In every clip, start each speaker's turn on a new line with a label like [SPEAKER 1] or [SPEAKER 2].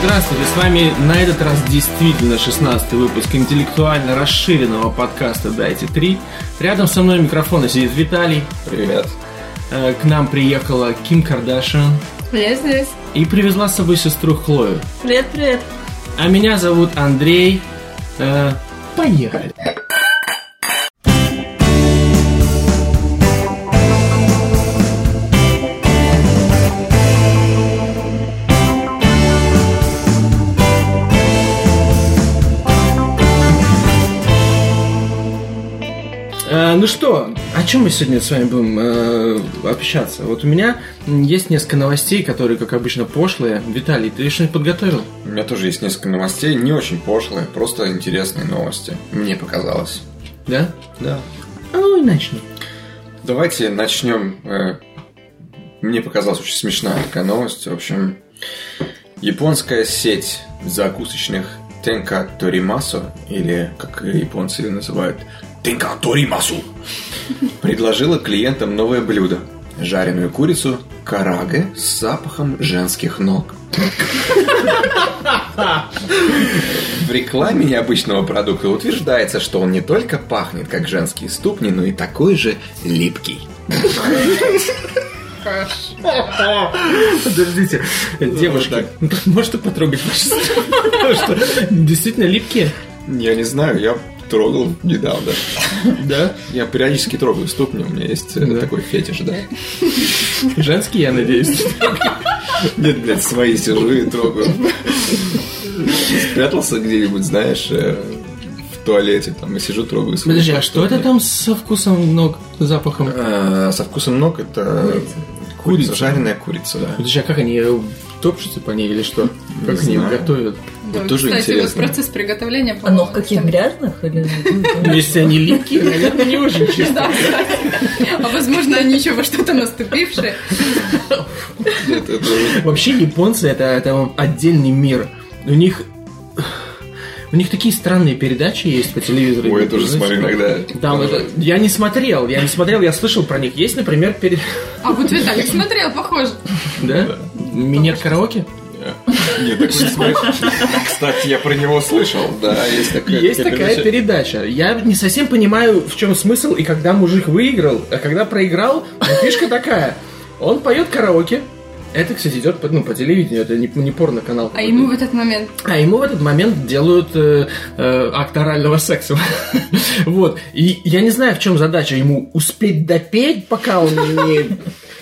[SPEAKER 1] Здравствуйте, с вами на этот раз действительно 16 выпуск интеллектуально расширенного подкаста «Дайте три». Рядом со мной у микрофона сидит Виталий.
[SPEAKER 2] Привет.
[SPEAKER 1] Э, К нам приехала Ким Кардашин
[SPEAKER 3] Я здесь.
[SPEAKER 1] и привезла с собой сестру Хлою.
[SPEAKER 3] Привет, привет.
[SPEAKER 1] А меня зовут Андрей. Э, Поехали. Э, Ну что, о чем мы сегодня с вами будем э, общаться? Вот у меня м, есть несколько новостей, которые, как обычно, пошлые. Виталий, ты что-нибудь подготовил?
[SPEAKER 2] У меня тоже есть несколько новостей, не очень пошлые, просто интересные новости. Мне показалось.
[SPEAKER 1] Да?
[SPEAKER 2] Да.
[SPEAKER 1] А ну и начнем.
[SPEAKER 2] Давайте начнем. э, Мне показалась очень смешная такая новость. В общем, японская сеть закусочных Тенка Торимасо, или как японцы ее называют, Тенка Торимасу, предложила клиентам новое блюдо. Жареную курицу караге с запахом женских ног. В рекламе необычного продукта утверждается, что он не только пахнет как женские ступни, но и такой же липкий.
[SPEAKER 1] Ну, Подождите, девушки, ну так можно потрогать ваши ступни? Потому что действительно липкие.
[SPEAKER 2] Я не знаю, я трогал недавно.
[SPEAKER 1] Да?
[SPEAKER 2] Я периодически трогаю ступни, у меня есть э,
[SPEAKER 1] Да.
[SPEAKER 2] такой фетиш, да?
[SPEAKER 1] Женские, я надеюсь.
[SPEAKER 2] Нет, блядь, свои сижу и трогаю. Спрятался где-нибудь, знаешь, э, в туалете, там, и сижу, трогаю свои
[SPEAKER 1] Подожди, а что это
[SPEAKER 2] ступни.
[SPEAKER 1] там со вкусом ног, запахом?
[SPEAKER 2] Э, Со вкусом ног это курица, жареная курица, да.
[SPEAKER 1] Подожди, а как они э, топчутся по ней или что? Как они
[SPEAKER 2] знаю.
[SPEAKER 1] готовят?
[SPEAKER 2] Вот тоже
[SPEAKER 3] кстати,
[SPEAKER 2] интересно.
[SPEAKER 3] вот процесс приготовления,
[SPEAKER 4] А ну в каких грязных или
[SPEAKER 1] Ну, если они липкие, наверное, не очень чисто.
[SPEAKER 3] Да, кстати. А возможно, они еще во что-то наступившие.
[SPEAKER 2] Нет, это уже-
[SPEAKER 1] Вообще японцы это, это отдельный мир. У них у них такие странные передачи есть по телевизору.
[SPEAKER 2] Ой, я тоже
[SPEAKER 1] Знаете,
[SPEAKER 2] смотрю иногда.
[SPEAKER 1] Там это, я не смотрел, я не смотрел, я слышал про них. Есть, например, перед...
[SPEAKER 3] А вот Виталик смотрел, похоже.
[SPEAKER 1] Да? Минет караоке?
[SPEAKER 2] Нет, так не смотришь. Кстати, я про него слышал. Да, есть такая
[SPEAKER 1] Есть такая
[SPEAKER 2] передача.
[SPEAKER 1] передача. Я не совсем понимаю, в чем смысл, и когда мужик выиграл, а когда проиграл, ну, фишка такая. Он поет караоке. Это, кстати, идет по, ну, по телевидению, это не, не порно-канал.
[SPEAKER 3] А
[SPEAKER 1] какой-то.
[SPEAKER 3] ему в этот момент
[SPEAKER 1] А ему в этот момент делают э, э, акт орального секса. Вот. И я не знаю, в чем задача ему успеть допеть, пока он не...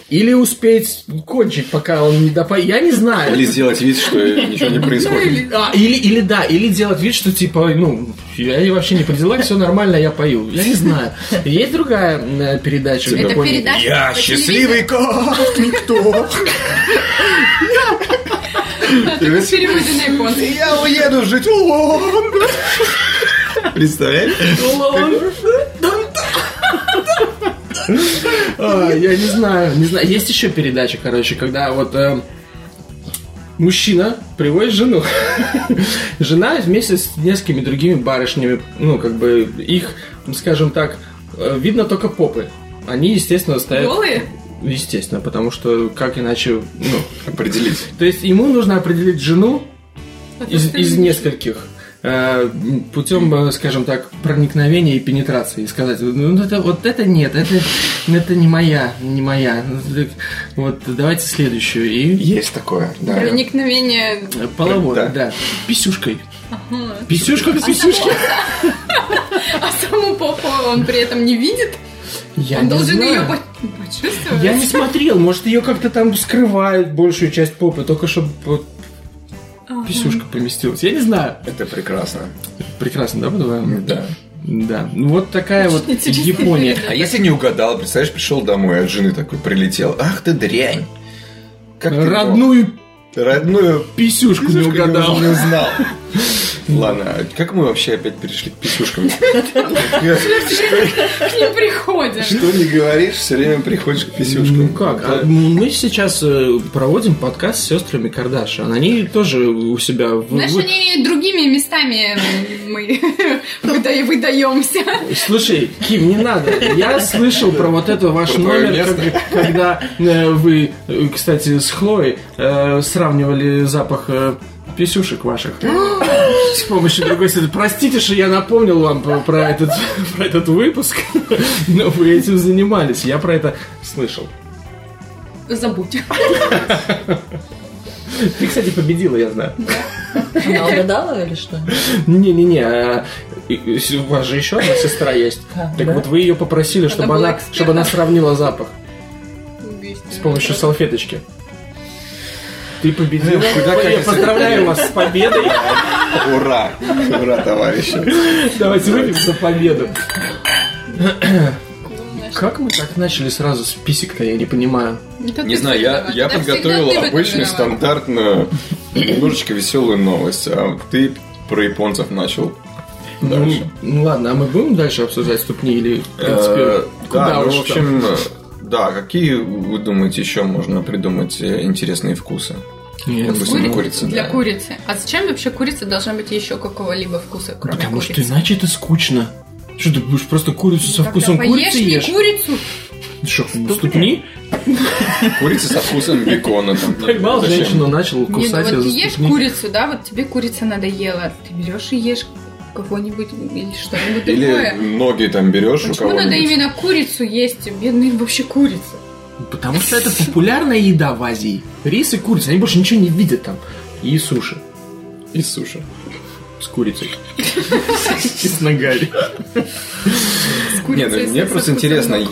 [SPEAKER 1] Или успеть кончить, пока он не допоет. Я не знаю.
[SPEAKER 2] Или сделать вид, что ничего не происходит.
[SPEAKER 1] А, или, или да, или делать вид, что типа, ну, я и вообще не при делах, все нормально, я пою. Я не знаю. Есть другая м, передача.
[SPEAKER 3] Это
[SPEAKER 1] какой-нибудь?
[SPEAKER 3] передача
[SPEAKER 2] Я
[SPEAKER 3] по
[SPEAKER 2] счастливый как никто.
[SPEAKER 3] переводе на японский.
[SPEAKER 2] Я уеду жить в Лондон. Представляешь?
[SPEAKER 1] А, Я не знаю, не знаю. Есть еще передача, короче, когда вот эм, мужчина приводит жену. Жена вместе с несколькими другими барышнями, ну, как бы их, скажем так, э, видно только попы. Они, естественно, стоят...
[SPEAKER 3] Голые?
[SPEAKER 1] Естественно, потому что как иначе... Ну,
[SPEAKER 2] Определить.
[SPEAKER 1] то есть ему нужно определить жену из, из
[SPEAKER 3] Остальные.
[SPEAKER 1] нескольких э, путем, э, скажем так, проникновения и пенетрации. И сказать, ну это вот это нет, это, это не моя, не моя. Ну, Вот давайте следующую. И
[SPEAKER 2] Есть такое, да.
[SPEAKER 3] Проникновение.
[SPEAKER 1] э, половой,
[SPEAKER 2] Да.
[SPEAKER 1] да. Писюшкой. Писюшка к писюшке.
[SPEAKER 3] А саму попу он при этом не видит.
[SPEAKER 1] Я
[SPEAKER 3] Он
[SPEAKER 1] не
[SPEAKER 3] должен ее
[SPEAKER 1] знаю.
[SPEAKER 3] по- почувствовать.
[SPEAKER 1] Я не смотрел, может ее как-то там скрывают большую часть попы, только чтобы вот
[SPEAKER 3] Ага.
[SPEAKER 1] писюшка поместилась. Я не знаю.
[SPEAKER 2] Это прекрасно.
[SPEAKER 1] Прекрасно, да, подумаем?
[SPEAKER 2] Да.
[SPEAKER 1] Да. Ну, Вот такая вот
[SPEAKER 3] интересная
[SPEAKER 1] Япония.
[SPEAKER 2] А если не угадал, представляешь, пришел домой, а от жены такой прилетел. Ах ты дрянь. Как ты
[SPEAKER 1] Родную
[SPEAKER 2] мог? Родную
[SPEAKER 1] писюшку не
[SPEAKER 2] писюшку
[SPEAKER 1] угадал.
[SPEAKER 2] Не узнал. Ладно, а как мы вообще опять перешли к писюшкам?
[SPEAKER 3] К ним приходим.
[SPEAKER 2] Что не говоришь, все время приходишь к писюшкам.
[SPEAKER 1] Ну как? а мы сейчас э, проводим подкаст с сестрами Кардашиан. Они тоже у себя... в-
[SPEAKER 3] Знаешь,
[SPEAKER 1] Ну, вы-
[SPEAKER 3] они другими местами мы выда- выдаемся.
[SPEAKER 1] Слушай, Ким, не надо. Я слышал про вот это ваш
[SPEAKER 2] Про твоё
[SPEAKER 1] номер,
[SPEAKER 2] место.
[SPEAKER 1] как- когда э, вы, э, кстати, с Хлоей э, сравнивали запах э, писюшек ваших. С помощью другой сети. Простите, что я напомнил вам про, про этот, про этот выпуск, но вы этим занимались. Я про это слышал.
[SPEAKER 3] Забудь.
[SPEAKER 1] Ты, кстати, победила, я знаю.
[SPEAKER 4] Она угадала или что?
[SPEAKER 1] Не-не-не, а, и- и у вас же еще одна сестра есть.
[SPEAKER 4] А,
[SPEAKER 1] Так
[SPEAKER 4] да?
[SPEAKER 1] вот вы ее попросили, чтобы
[SPEAKER 3] была
[SPEAKER 1] она,
[SPEAKER 3] экспертом.
[SPEAKER 1] чтобы она сравнила запах с помощью салфеточки. Ты победил.
[SPEAKER 2] Эх, куда
[SPEAKER 1] Я
[SPEAKER 2] катится?
[SPEAKER 1] поздравляю Ну, вас с победой.
[SPEAKER 2] Ура! Ура, товарищи!
[SPEAKER 1] Давайте выпьем за победу.
[SPEAKER 3] Думаешь,
[SPEAKER 1] Как мы так начали сразу с писек-то, я не понимаю.
[SPEAKER 3] это
[SPEAKER 2] Не
[SPEAKER 3] ты
[SPEAKER 2] знаю, я,
[SPEAKER 3] виноват.
[SPEAKER 2] я
[SPEAKER 3] Да Ну, всегда
[SPEAKER 2] подготовил
[SPEAKER 3] ты в этом
[SPEAKER 2] обычную
[SPEAKER 3] виноват.
[SPEAKER 2] стандартную, немножечко веселую новость, а ты про японцев начал.
[SPEAKER 1] Ну,
[SPEAKER 2] Дальше.
[SPEAKER 1] ну ладно, а мы будем дальше обсуждать ступни или, в
[SPEAKER 2] Э,
[SPEAKER 1] принципе,
[SPEAKER 2] Да,
[SPEAKER 1] куда
[SPEAKER 2] ну,
[SPEAKER 1] уж
[SPEAKER 2] в
[SPEAKER 1] там?
[SPEAKER 2] общем, э, да, какие, вы думаете, еще можно придумать э, интересные вкусы?
[SPEAKER 1] Нет,
[SPEAKER 2] допустим,
[SPEAKER 3] Кури-
[SPEAKER 2] курица,
[SPEAKER 3] Для
[SPEAKER 2] да.
[SPEAKER 3] курицы. А зачем вообще курица должна быть еще какого-либо вкуса, кроме
[SPEAKER 1] Потому что
[SPEAKER 3] курицы?
[SPEAKER 1] иначе это скучно. Что ты будешь просто курицу со
[SPEAKER 3] Тогда
[SPEAKER 1] вкусом
[SPEAKER 3] поешь
[SPEAKER 1] курицы
[SPEAKER 3] не
[SPEAKER 1] ешь?
[SPEAKER 3] курицу.
[SPEAKER 1] Что, ступни?
[SPEAKER 2] Курица со вкусом бекона. там,
[SPEAKER 1] Поймал
[SPEAKER 2] Ну, зачем?
[SPEAKER 1] женщину, начал
[SPEAKER 3] Не, ну
[SPEAKER 1] кусать
[SPEAKER 3] вот
[SPEAKER 1] её
[SPEAKER 3] ты
[SPEAKER 1] за
[SPEAKER 3] ешь
[SPEAKER 1] ступни.
[SPEAKER 3] курицу, да, вот тебе курица надоела. Ты берешь и ешь какой-нибудь или что-нибудь
[SPEAKER 2] Или
[SPEAKER 3] другое.
[SPEAKER 2] ноги там берешь у
[SPEAKER 3] Почему надо
[SPEAKER 2] кого-нибудь.
[SPEAKER 3] именно курицу есть? Бедные вообще курицы.
[SPEAKER 1] Потому что это популярная еда в Азии. Рис и курица, они больше ничего не видят там. И суши
[SPEAKER 2] И суши.
[SPEAKER 1] с курицей. И с ногами.
[SPEAKER 3] С
[SPEAKER 2] Не,
[SPEAKER 3] курицей,
[SPEAKER 2] ну,
[SPEAKER 3] с-
[SPEAKER 2] мне
[SPEAKER 3] со
[SPEAKER 2] просто
[SPEAKER 3] вкусом
[SPEAKER 2] интересно,
[SPEAKER 3] ног.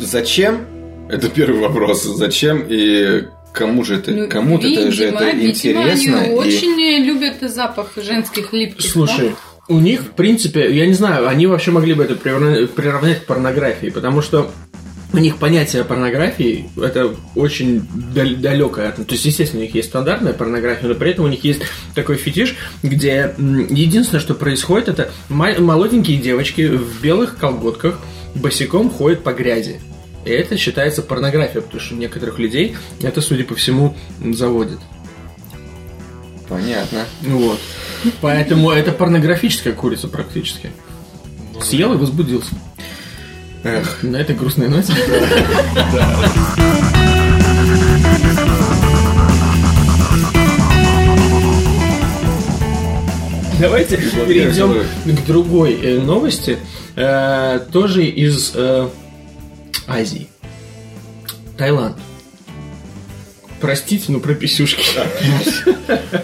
[SPEAKER 2] зачем? Это первый вопрос. Зачем и кому же это,
[SPEAKER 3] Ну,
[SPEAKER 2] кому это же
[SPEAKER 3] видимо,
[SPEAKER 2] это
[SPEAKER 3] видимо,
[SPEAKER 2] интересно?
[SPEAKER 3] Они
[SPEAKER 2] и-
[SPEAKER 3] очень любят запах женских липких.
[SPEAKER 1] Слушай, у них, в принципе, я не знаю, они вообще могли бы это приравна- приравнять к порнографии, потому что у них понятие порнографии это очень дал- далекое. от- То есть, естественно, у них есть стандартная порнография, но при этом у них есть такой фетиш, где м, единственное, что происходит, это ма- молоденькие девочки в белых колготках босиком ходят по грязи. И это считается порнографией, потому что некоторых людей это, судя по всему, м, заводит.
[SPEAKER 2] Понятно.
[SPEAKER 1] Вот. Поэтому это порнографическая курица практически. Съел и возбудился.
[SPEAKER 2] Эх,
[SPEAKER 1] На этой грустной ноте. Давайте перейдем к другой э, новости, э, тоже из э, Азии. Таиланд. Простите, но про писюшки.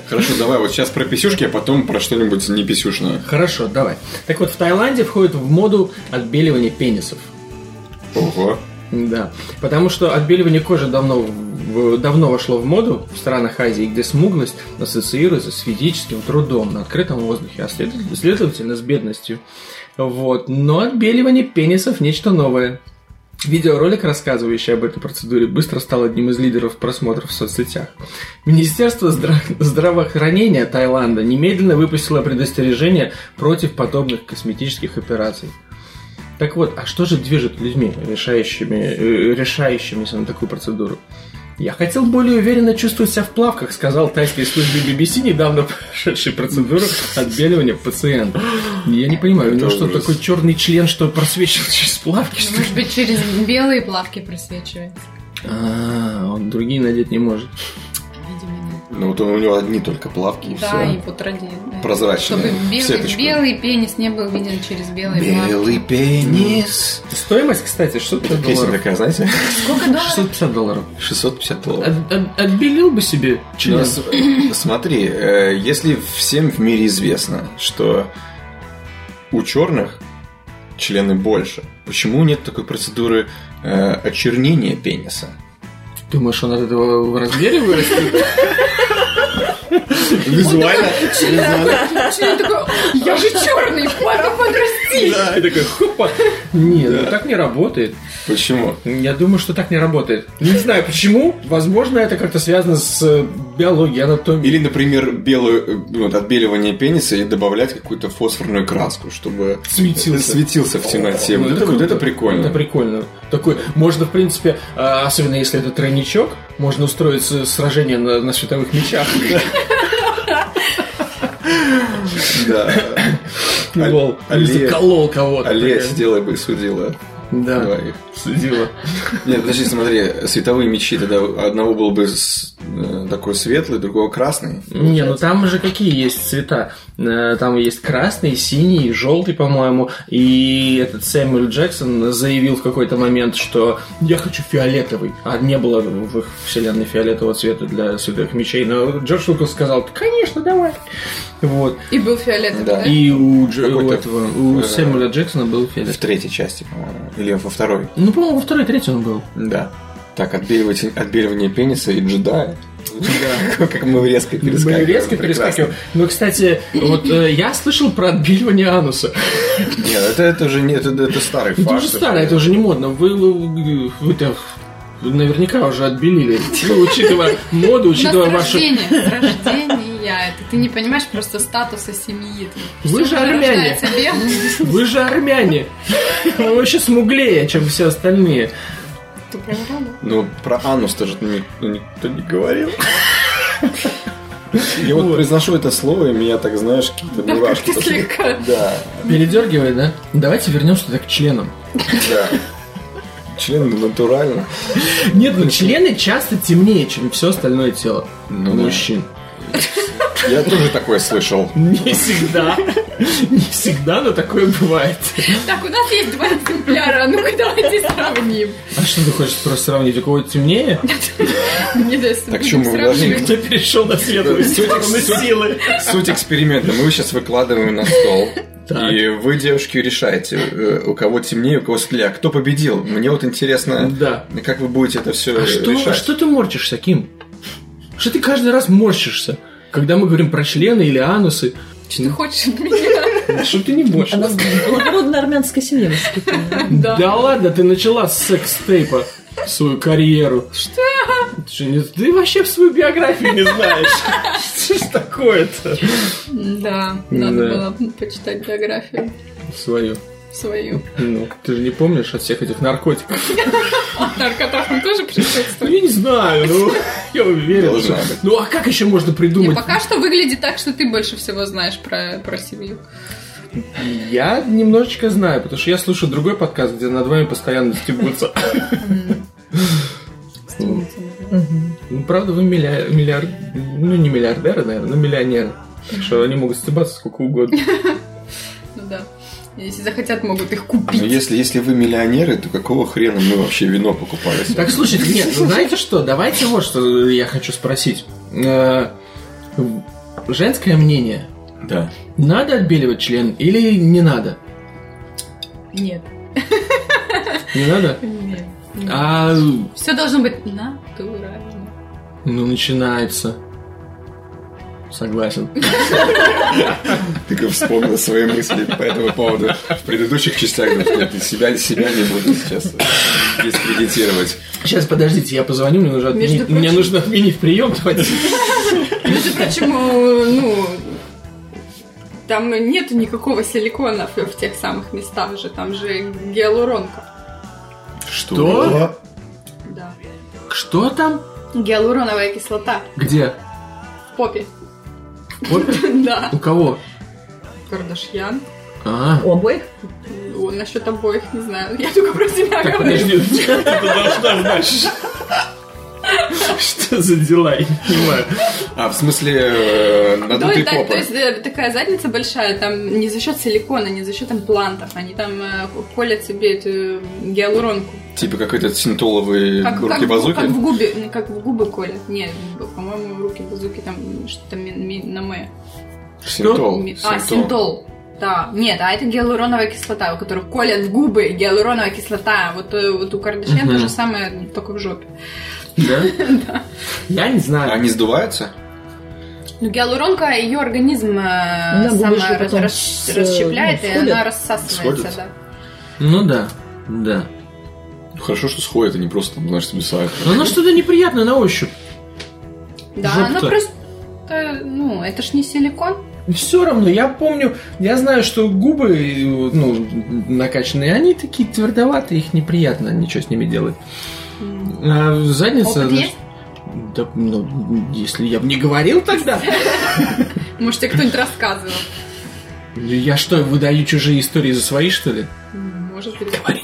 [SPEAKER 2] хорошо, давай вот сейчас про писюшки, а потом про что-нибудь не писюшное.
[SPEAKER 1] Хорошо, давай. Так вот, в Таиланде входит в моду отбеливание пенисов.
[SPEAKER 2] Ого.
[SPEAKER 1] Да, потому что отбеливание кожи давно, в- давно вошло в моду в странах Азии, где смуглость ассоциируется с физическим трудом на открытом воздухе, а след- следовательно с бедностью. Вот. Но отбеливание пенисов – нечто новое. Видеоролик, рассказывающий об этой процедуре, быстро стал одним из лидеров просмотров в соцсетях. Министерство здра- здравоохранения Таиланда немедленно выпустило предостережение против подобных косметических операций. Так вот, а что же движет людьми, решающими, э, решающимися на такую процедуру? Я хотел более уверенно чувствовать себя в плавках, сказал тайской службе BBC, недавно прошедшей процедуру отбеливания пациента. Я не понимаю,
[SPEAKER 2] Это
[SPEAKER 1] ну что,
[SPEAKER 2] ужас.
[SPEAKER 1] такой черный член, что просвечивает через плавки, что ли?
[SPEAKER 3] Может быть, через белые плавки просвечивает.
[SPEAKER 1] А, он другие надеть не может.
[SPEAKER 3] Видимо,
[SPEAKER 2] Ну вот у него одни только плавки и
[SPEAKER 3] нет. Да, и
[SPEAKER 2] все.
[SPEAKER 3] вот ради... да.
[SPEAKER 2] Прозрачные.
[SPEAKER 3] Чтобы
[SPEAKER 2] в
[SPEAKER 3] белый,
[SPEAKER 2] сеточку.
[SPEAKER 3] белый пенис не был виден через белые плавки.
[SPEAKER 2] Белый пенис.
[SPEAKER 1] Стоимость, кстати, 650
[SPEAKER 2] Песня
[SPEAKER 1] долларов.
[SPEAKER 2] такая, знаете?
[SPEAKER 3] Сколько долларов?
[SPEAKER 1] 650 долларов.
[SPEAKER 2] 650 долларов.
[SPEAKER 1] От- от- отбелил бы себе
[SPEAKER 2] Ну,
[SPEAKER 1] член.
[SPEAKER 2] с- Смотри, э, если всем в мире известно, что у черных члены больше, почему нет такой процедуры э, очернения пениса?
[SPEAKER 1] Думаешь, он от этого в размере вырастет?
[SPEAKER 2] Визуально.
[SPEAKER 3] Член такой, я же черный, папа подрасти.
[SPEAKER 2] Да, и такой, хопа.
[SPEAKER 1] Нет, ну так не работает.
[SPEAKER 2] Почему?
[SPEAKER 1] Я думаю, что так не работает. Не знаю почему. Возможно, это как-то связано с э, биологией, анатомией.
[SPEAKER 2] Или, например, белую, э, ну, вот отбеливание пениса и добавлять какую-то фосфорную краску, чтобы
[SPEAKER 1] Светился.
[SPEAKER 2] светился в темноте.
[SPEAKER 1] Ну,
[SPEAKER 2] вот, это, вот
[SPEAKER 1] круто.
[SPEAKER 2] это прикольно.
[SPEAKER 1] Это прикольно. Такой, можно, в принципе, э, особенно если это тройничок, можно устроить э, сражение на, на световых мечах.
[SPEAKER 2] Да. О-
[SPEAKER 1] Лол.
[SPEAKER 2] Оле-
[SPEAKER 1] Заколол кого-то.
[SPEAKER 2] Аллея сидела бы и судила.
[SPEAKER 1] Да,
[SPEAKER 2] двоих.
[SPEAKER 1] судила.
[SPEAKER 2] Нет, подожди, смотри, световые мечи, тогда одного был бы с- э, такой светлый, другого красный.
[SPEAKER 1] Не, ну там же какие есть цвета? Э, Там есть красный, синий, желтый, по-моему. И этот Сэмюэл Джексон заявил в какой-то момент, что я хочу фиолетовый. А не было в их вселенной фиолетового цвета для световых мечей. Но Джордж Лукас сказал, конечно, давай. Вот.
[SPEAKER 3] И был фиолетовый,
[SPEAKER 2] Да.
[SPEAKER 3] да?
[SPEAKER 1] И у, Дж- у
[SPEAKER 2] Какой-то,
[SPEAKER 1] этого, у
[SPEAKER 2] э,
[SPEAKER 1] Сэмюэля Джексона был
[SPEAKER 2] В
[SPEAKER 1] фиолетовый.
[SPEAKER 2] третьей части, по-моему. Или во второй.
[SPEAKER 1] Ну, по-моему, во второй, третий он был.
[SPEAKER 2] Да. Так, отбеливать- отбеливание пениса и джедая. Как мы резко перескакиваем.
[SPEAKER 1] Мы резко перескакиваем. Ну, кстати, вот э, я слышал про отбеливание ануса.
[SPEAKER 2] Прекрасно. Нет, это, это уже не, это, это старый факт.
[SPEAKER 1] Это уже старое, это уже не модно. Вы, вы, вы-то наверняка уже отбелили. Ну, учитывая моду,
[SPEAKER 3] У нас
[SPEAKER 1] учитывая
[SPEAKER 3] с
[SPEAKER 1] вашу...
[SPEAKER 3] рождения, с рождения это. Ты не понимаешь просто статуса семьи. Ты
[SPEAKER 1] Вы
[SPEAKER 3] всё
[SPEAKER 1] же
[SPEAKER 3] уже
[SPEAKER 1] армяне.
[SPEAKER 3] рождается белым.
[SPEAKER 1] Вы же армяне. Вы вообще смуглее, чем все остальные.
[SPEAKER 3] Ты прям рада?
[SPEAKER 2] Ну, про анус тоже ни- ну, никто не говорил. Я вот
[SPEAKER 1] Вот.
[SPEAKER 2] произношу это слово, и меня так, знаешь, какие-то
[SPEAKER 3] Да,
[SPEAKER 2] мурашки.
[SPEAKER 3] как-то
[SPEAKER 2] пошли.
[SPEAKER 3] слегка.
[SPEAKER 2] Да,
[SPEAKER 1] Передергивает, да? Давайте вернемся тогда к членам.
[SPEAKER 2] да. Члены натурально.
[SPEAKER 1] Нет, ну члены часто темнее, чем все остальное тело.
[SPEAKER 2] Ну да.
[SPEAKER 1] мужчин.
[SPEAKER 2] Я тоже такое слышал.
[SPEAKER 1] Не всегда. Не всегда, но такое бывает.
[SPEAKER 3] Так, у нас есть два экземпляра, а ну-ка давайте сравним.
[SPEAKER 1] А что ты хочешь просто сравнить? У кого темнее?
[SPEAKER 3] Мне даже
[SPEAKER 2] Так
[SPEAKER 3] будем
[SPEAKER 2] чё, мы
[SPEAKER 3] сравнивать.
[SPEAKER 2] должны-
[SPEAKER 1] Кто перешел на светлую сторону силы?
[SPEAKER 2] Суть эксперимента. Мы его сейчас выкладываем на стол.
[SPEAKER 1] Так.
[SPEAKER 2] И вы, девушки, решаете, э, у кого темнее, у кого светлее. А кто победил? Мне вот интересно,
[SPEAKER 1] Да.
[SPEAKER 2] как вы будете это все
[SPEAKER 1] А что, а
[SPEAKER 2] решать.
[SPEAKER 1] что ты морчишься, Ким? Что ты каждый раз морщишься, когда мы говорим про члены или анусы?
[SPEAKER 3] Что ты хочешь от меня?
[SPEAKER 1] Что ты не
[SPEAKER 4] Она
[SPEAKER 1] морщишься?
[SPEAKER 4] в благородной армянской семье воспитана.
[SPEAKER 1] Да. ладно, ты начала с секс-тейпа свою карьеру. Что? Ты, не- ты вообще в свою биографию не знаешь. Что ж такое-то?
[SPEAKER 3] Да,
[SPEAKER 1] Да.
[SPEAKER 3] надо было почитать биографию
[SPEAKER 1] Свою.
[SPEAKER 3] свою.
[SPEAKER 1] Ну, ты же не помнишь от всех этих наркотиков?
[SPEAKER 3] Наркотрафон А, тоже
[SPEAKER 1] Ну,
[SPEAKER 3] присутствует.
[SPEAKER 1] я не знаю, ну, я уверен.
[SPEAKER 2] Должна
[SPEAKER 1] что-
[SPEAKER 2] быть.
[SPEAKER 1] Ну, а как еще можно
[SPEAKER 3] Не,
[SPEAKER 1] придумать?
[SPEAKER 3] пока что выглядит так, что ты больше всего знаешь про, про семью.
[SPEAKER 1] Я немножечко знаю, потому что я слушаю другой подкаст, где над вами постоянно стебутся. Ну, правда, вы миллиар- миллиард... Ну, не миллиардеры, наверное, но миллионеры. Так что они могут стебаться сколько угодно.
[SPEAKER 3] Ну да. Если захотят, могут их
[SPEAKER 2] Ну,
[SPEAKER 3] купить.
[SPEAKER 2] если, если вы миллионеры, то какого хрена мы вообще вино покупали?
[SPEAKER 1] Так, слушайте, нет, ну, знаете что? Давайте вот что я хочу спросить. Э, Женское мнение.
[SPEAKER 2] Да.
[SPEAKER 1] Надо отбеливать член или не надо?
[SPEAKER 3] Нет.
[SPEAKER 1] Не надо?
[SPEAKER 3] Нет.
[SPEAKER 1] А,
[SPEAKER 3] Все должно быть натурально.
[SPEAKER 1] ну, начинается. Согласен.
[SPEAKER 2] Ты как вспомнил свои мысли по этому поводу в предыдущих частях. потому что Ты себя, себя не буду сейчас дискредитировать.
[SPEAKER 1] Сейчас, подождите, я позвоню, мне нужно
[SPEAKER 3] Между
[SPEAKER 1] отменить, мне
[SPEAKER 3] прочим-
[SPEAKER 1] нужно отменить прием. давайте.
[SPEAKER 3] Между прочим, э, ну, там нету никакого силикона в- в тех самых местах же. Там же гиалуронка.
[SPEAKER 1] Что?
[SPEAKER 3] Да.
[SPEAKER 1] Что там?
[SPEAKER 3] Гиалуроновая кислота
[SPEAKER 1] Где?
[SPEAKER 3] в попе.
[SPEAKER 1] Вот
[SPEAKER 3] Да.
[SPEAKER 1] у кого?
[SPEAKER 3] Кардашьян.
[SPEAKER 1] А.
[SPEAKER 4] У обоих?
[SPEAKER 3] О, Насчет обоих не знаю. Я только про себя
[SPEAKER 1] Так,
[SPEAKER 3] говорю.
[SPEAKER 1] подожди, ты должна знать. Что за дела? Я не понимаю.
[SPEAKER 2] А, в смысле, э,
[SPEAKER 3] То,
[SPEAKER 2] надутый
[SPEAKER 3] да, Ну, то
[SPEAKER 2] попа.
[SPEAKER 3] есть э, такая задница большая, там не за счет силикона, не за счет имплантов, они там э, колят себе эту гиалуронку.
[SPEAKER 2] Типа как этот синтоловый
[SPEAKER 3] Как, как,
[SPEAKER 2] руки-базуки.
[SPEAKER 3] как в губы, ну, как в губы колят. Нет, по-моему, руки базуки там что-то ми- ми- на мэ.
[SPEAKER 2] Синтол.
[SPEAKER 3] Ми- А, синтол. Да, нет, а это гиалуроновая кислота, у которой колят в губы гиалуроновая кислота. Вот, э, вот у Кардашьян
[SPEAKER 1] Мгм.
[SPEAKER 3] то же самое, только в жопе.
[SPEAKER 1] Да? Я не знаю.
[SPEAKER 2] Они сдуваются?
[SPEAKER 3] Ну, гиалуронка, ее организм э,
[SPEAKER 4] будущее
[SPEAKER 3] сама рас-
[SPEAKER 4] потом
[SPEAKER 3] рас-
[SPEAKER 4] с-
[SPEAKER 3] расщепляет, и
[SPEAKER 4] сходит.
[SPEAKER 3] она рассасывается,
[SPEAKER 2] Сходит.
[SPEAKER 3] да.
[SPEAKER 1] Ну да, да.
[SPEAKER 2] Хорошо, что сходит, а не просто там, знаешь, смесают.
[SPEAKER 1] Но она что-то неприятное на ощупь.
[SPEAKER 3] Да,
[SPEAKER 1] Жопа.
[SPEAKER 3] она просто, э, ну, это ж не силикон.
[SPEAKER 1] Все равно, я помню, я знаю, что губы, э, ну, накачанные, они такие твердоватые, их неприятно ничего с ними делать. А задница...
[SPEAKER 3] Опыт есть?
[SPEAKER 1] Да, ну, если я бы не говорил тогда.
[SPEAKER 3] Может, тебе кто-нибудь рассказывал.
[SPEAKER 1] Я что, выдаю чужие истории за свои, что ли?
[SPEAKER 3] Может быть.
[SPEAKER 1] Говори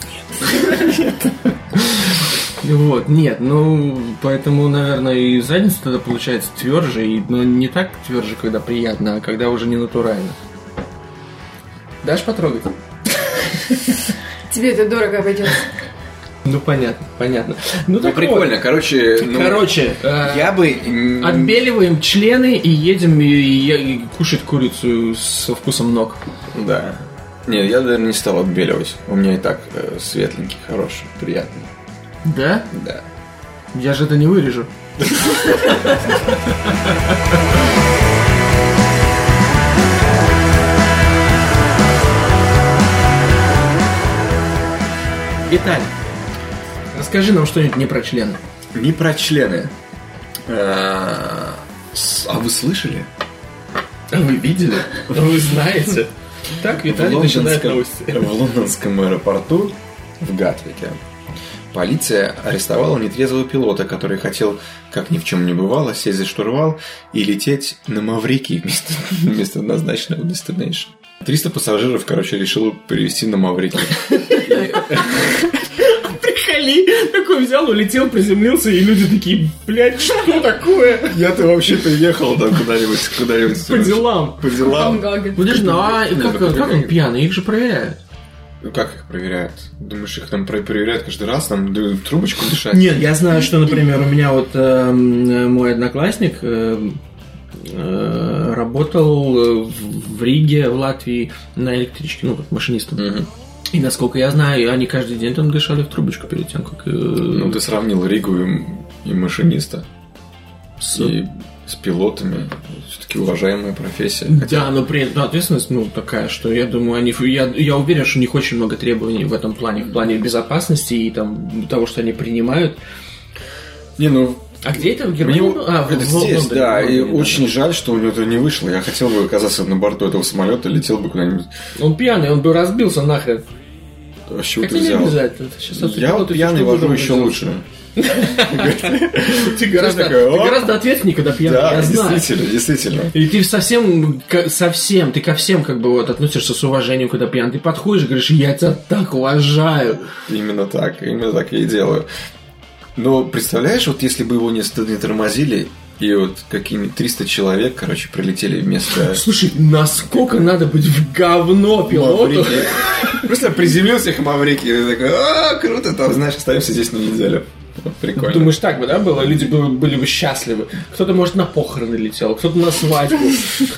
[SPEAKER 1] нет. Вот, нет, ну, поэтому, наверное, и задница тогда получается тверже, и, но не так тверже, когда приятно, а когда уже не натурально. Дашь потрогать?
[SPEAKER 3] Тебе это дорого обойдется.
[SPEAKER 1] Ну, понятно, понятно. Ну,
[SPEAKER 2] Ну,
[SPEAKER 1] так
[SPEAKER 2] прикольно, короче...
[SPEAKER 1] вот.
[SPEAKER 2] ну,
[SPEAKER 1] Короче, э,
[SPEAKER 2] Я бы... м,
[SPEAKER 1] отбеливаем члены и едем и, и- и кушать курицу со вкусом ног.
[SPEAKER 2] Да. Не, я, наверное, не стал отбеливать. У меня и так э, светленький, хороший, приятный.
[SPEAKER 1] Да?
[SPEAKER 2] Да.
[SPEAKER 1] Я же это не вырежу. Виталий, расскажи нам что-нибудь не про члены.
[SPEAKER 2] Не про члены. Э, с- А вы слышали?
[SPEAKER 1] А Вы видели? Вы знаете? Так, Виталий начинает новости.
[SPEAKER 2] в лондонском аэропорту в Гатвике полиция арестовала нетрезвого пилота, который хотел, как ни в чем не бывало, сесть за штурвал и лететь на Маврикий вместо, вместо однозначного destination. 300 пассажиров, короче, решило перевести на Маврикий.
[SPEAKER 1] Приколи! Такой взял, улетел, приземлился, и люди такие, блядь, что такое?
[SPEAKER 2] Я-то вообще-то ехал там куда-нибудь, куда-нибудь.
[SPEAKER 1] По делам.
[SPEAKER 2] По делам.
[SPEAKER 1] Подожди, ну а и как, как он пьяный? Их же проверяют.
[SPEAKER 2] Ну, Как их проверяют? Думаешь, их там про- проверяют каждый раз, там д- трубочку дышать?
[SPEAKER 1] Нет, я знаю, что, например, у меня вот эм, э, мой одноклассник эм, э, работал э, в в Риге, в Латвии на электричке, ну, как машинистом.
[SPEAKER 2] Мгм.
[SPEAKER 1] И, насколько я знаю, они каждый день там дышали в трубочку перед тем, как... э,
[SPEAKER 2] Ну, ты сравнил Ригу и, м- и машиниста.
[SPEAKER 1] с-
[SPEAKER 2] И с пилотами. Все-таки уважаемая профессия.
[SPEAKER 1] Да, но при этом ответственность, ну, такая, что я думаю, они, я, я уверен, что у них очень много требований в этом плане, в плане безопасности и там того, что они принимают.
[SPEAKER 2] Не, ну,
[SPEAKER 1] А где это? В
[SPEAKER 2] мне
[SPEAKER 1] Германии? а, в,
[SPEAKER 2] это
[SPEAKER 1] в
[SPEAKER 2] здесь,
[SPEAKER 1] Лондоне,
[SPEAKER 2] да,
[SPEAKER 1] в
[SPEAKER 2] и
[SPEAKER 1] Лондоне, да.
[SPEAKER 2] очень жаль, что у него это не вышло. Я хотел бы оказаться на борту этого самолета, летел бы куда-нибудь.
[SPEAKER 1] Он пьяный, он бы разбился нахрен.
[SPEAKER 2] А с чего
[SPEAKER 1] Как
[SPEAKER 2] ты
[SPEAKER 1] не
[SPEAKER 2] взял?
[SPEAKER 1] обязательно? Это сейчас
[SPEAKER 2] Я
[SPEAKER 1] отсюда
[SPEAKER 2] вот
[SPEAKER 1] ты
[SPEAKER 2] пьяный
[SPEAKER 1] что
[SPEAKER 2] вожу
[SPEAKER 1] угодно
[SPEAKER 2] еще
[SPEAKER 1] делаешь.
[SPEAKER 2] лучше.
[SPEAKER 1] Ты гораздо,
[SPEAKER 2] такой,
[SPEAKER 1] ты
[SPEAKER 2] «О!»
[SPEAKER 1] гораздо ответственнее, когда пьяный,
[SPEAKER 2] Да,
[SPEAKER 1] я знаю.
[SPEAKER 2] действительно, действительно.
[SPEAKER 1] И ты совсем, ко- совсем, ты ко всем как бы вот относишься с уважением, когда пьян. Ты подходишь и говоришь, я тебя так уважаю.
[SPEAKER 2] Именно так, именно так я и делаю. Но представляешь, вот если бы его не, ст- не тормозили, и вот какими-нибудь 300 человек, короче, прилетели вместо...
[SPEAKER 1] Слушай, насколько надо быть в говно пилоту?
[SPEAKER 2] Маврикии. Просто приземлился их Маврики, и ты такой, а, круто, там, знаешь, остаемся здесь на неделю. Вот Прикольно.
[SPEAKER 1] Думаешь, так бы, да, было? Люди бы- были бы счастливы. Кто-то, может, на похороны летел, кто-то на свадьбу,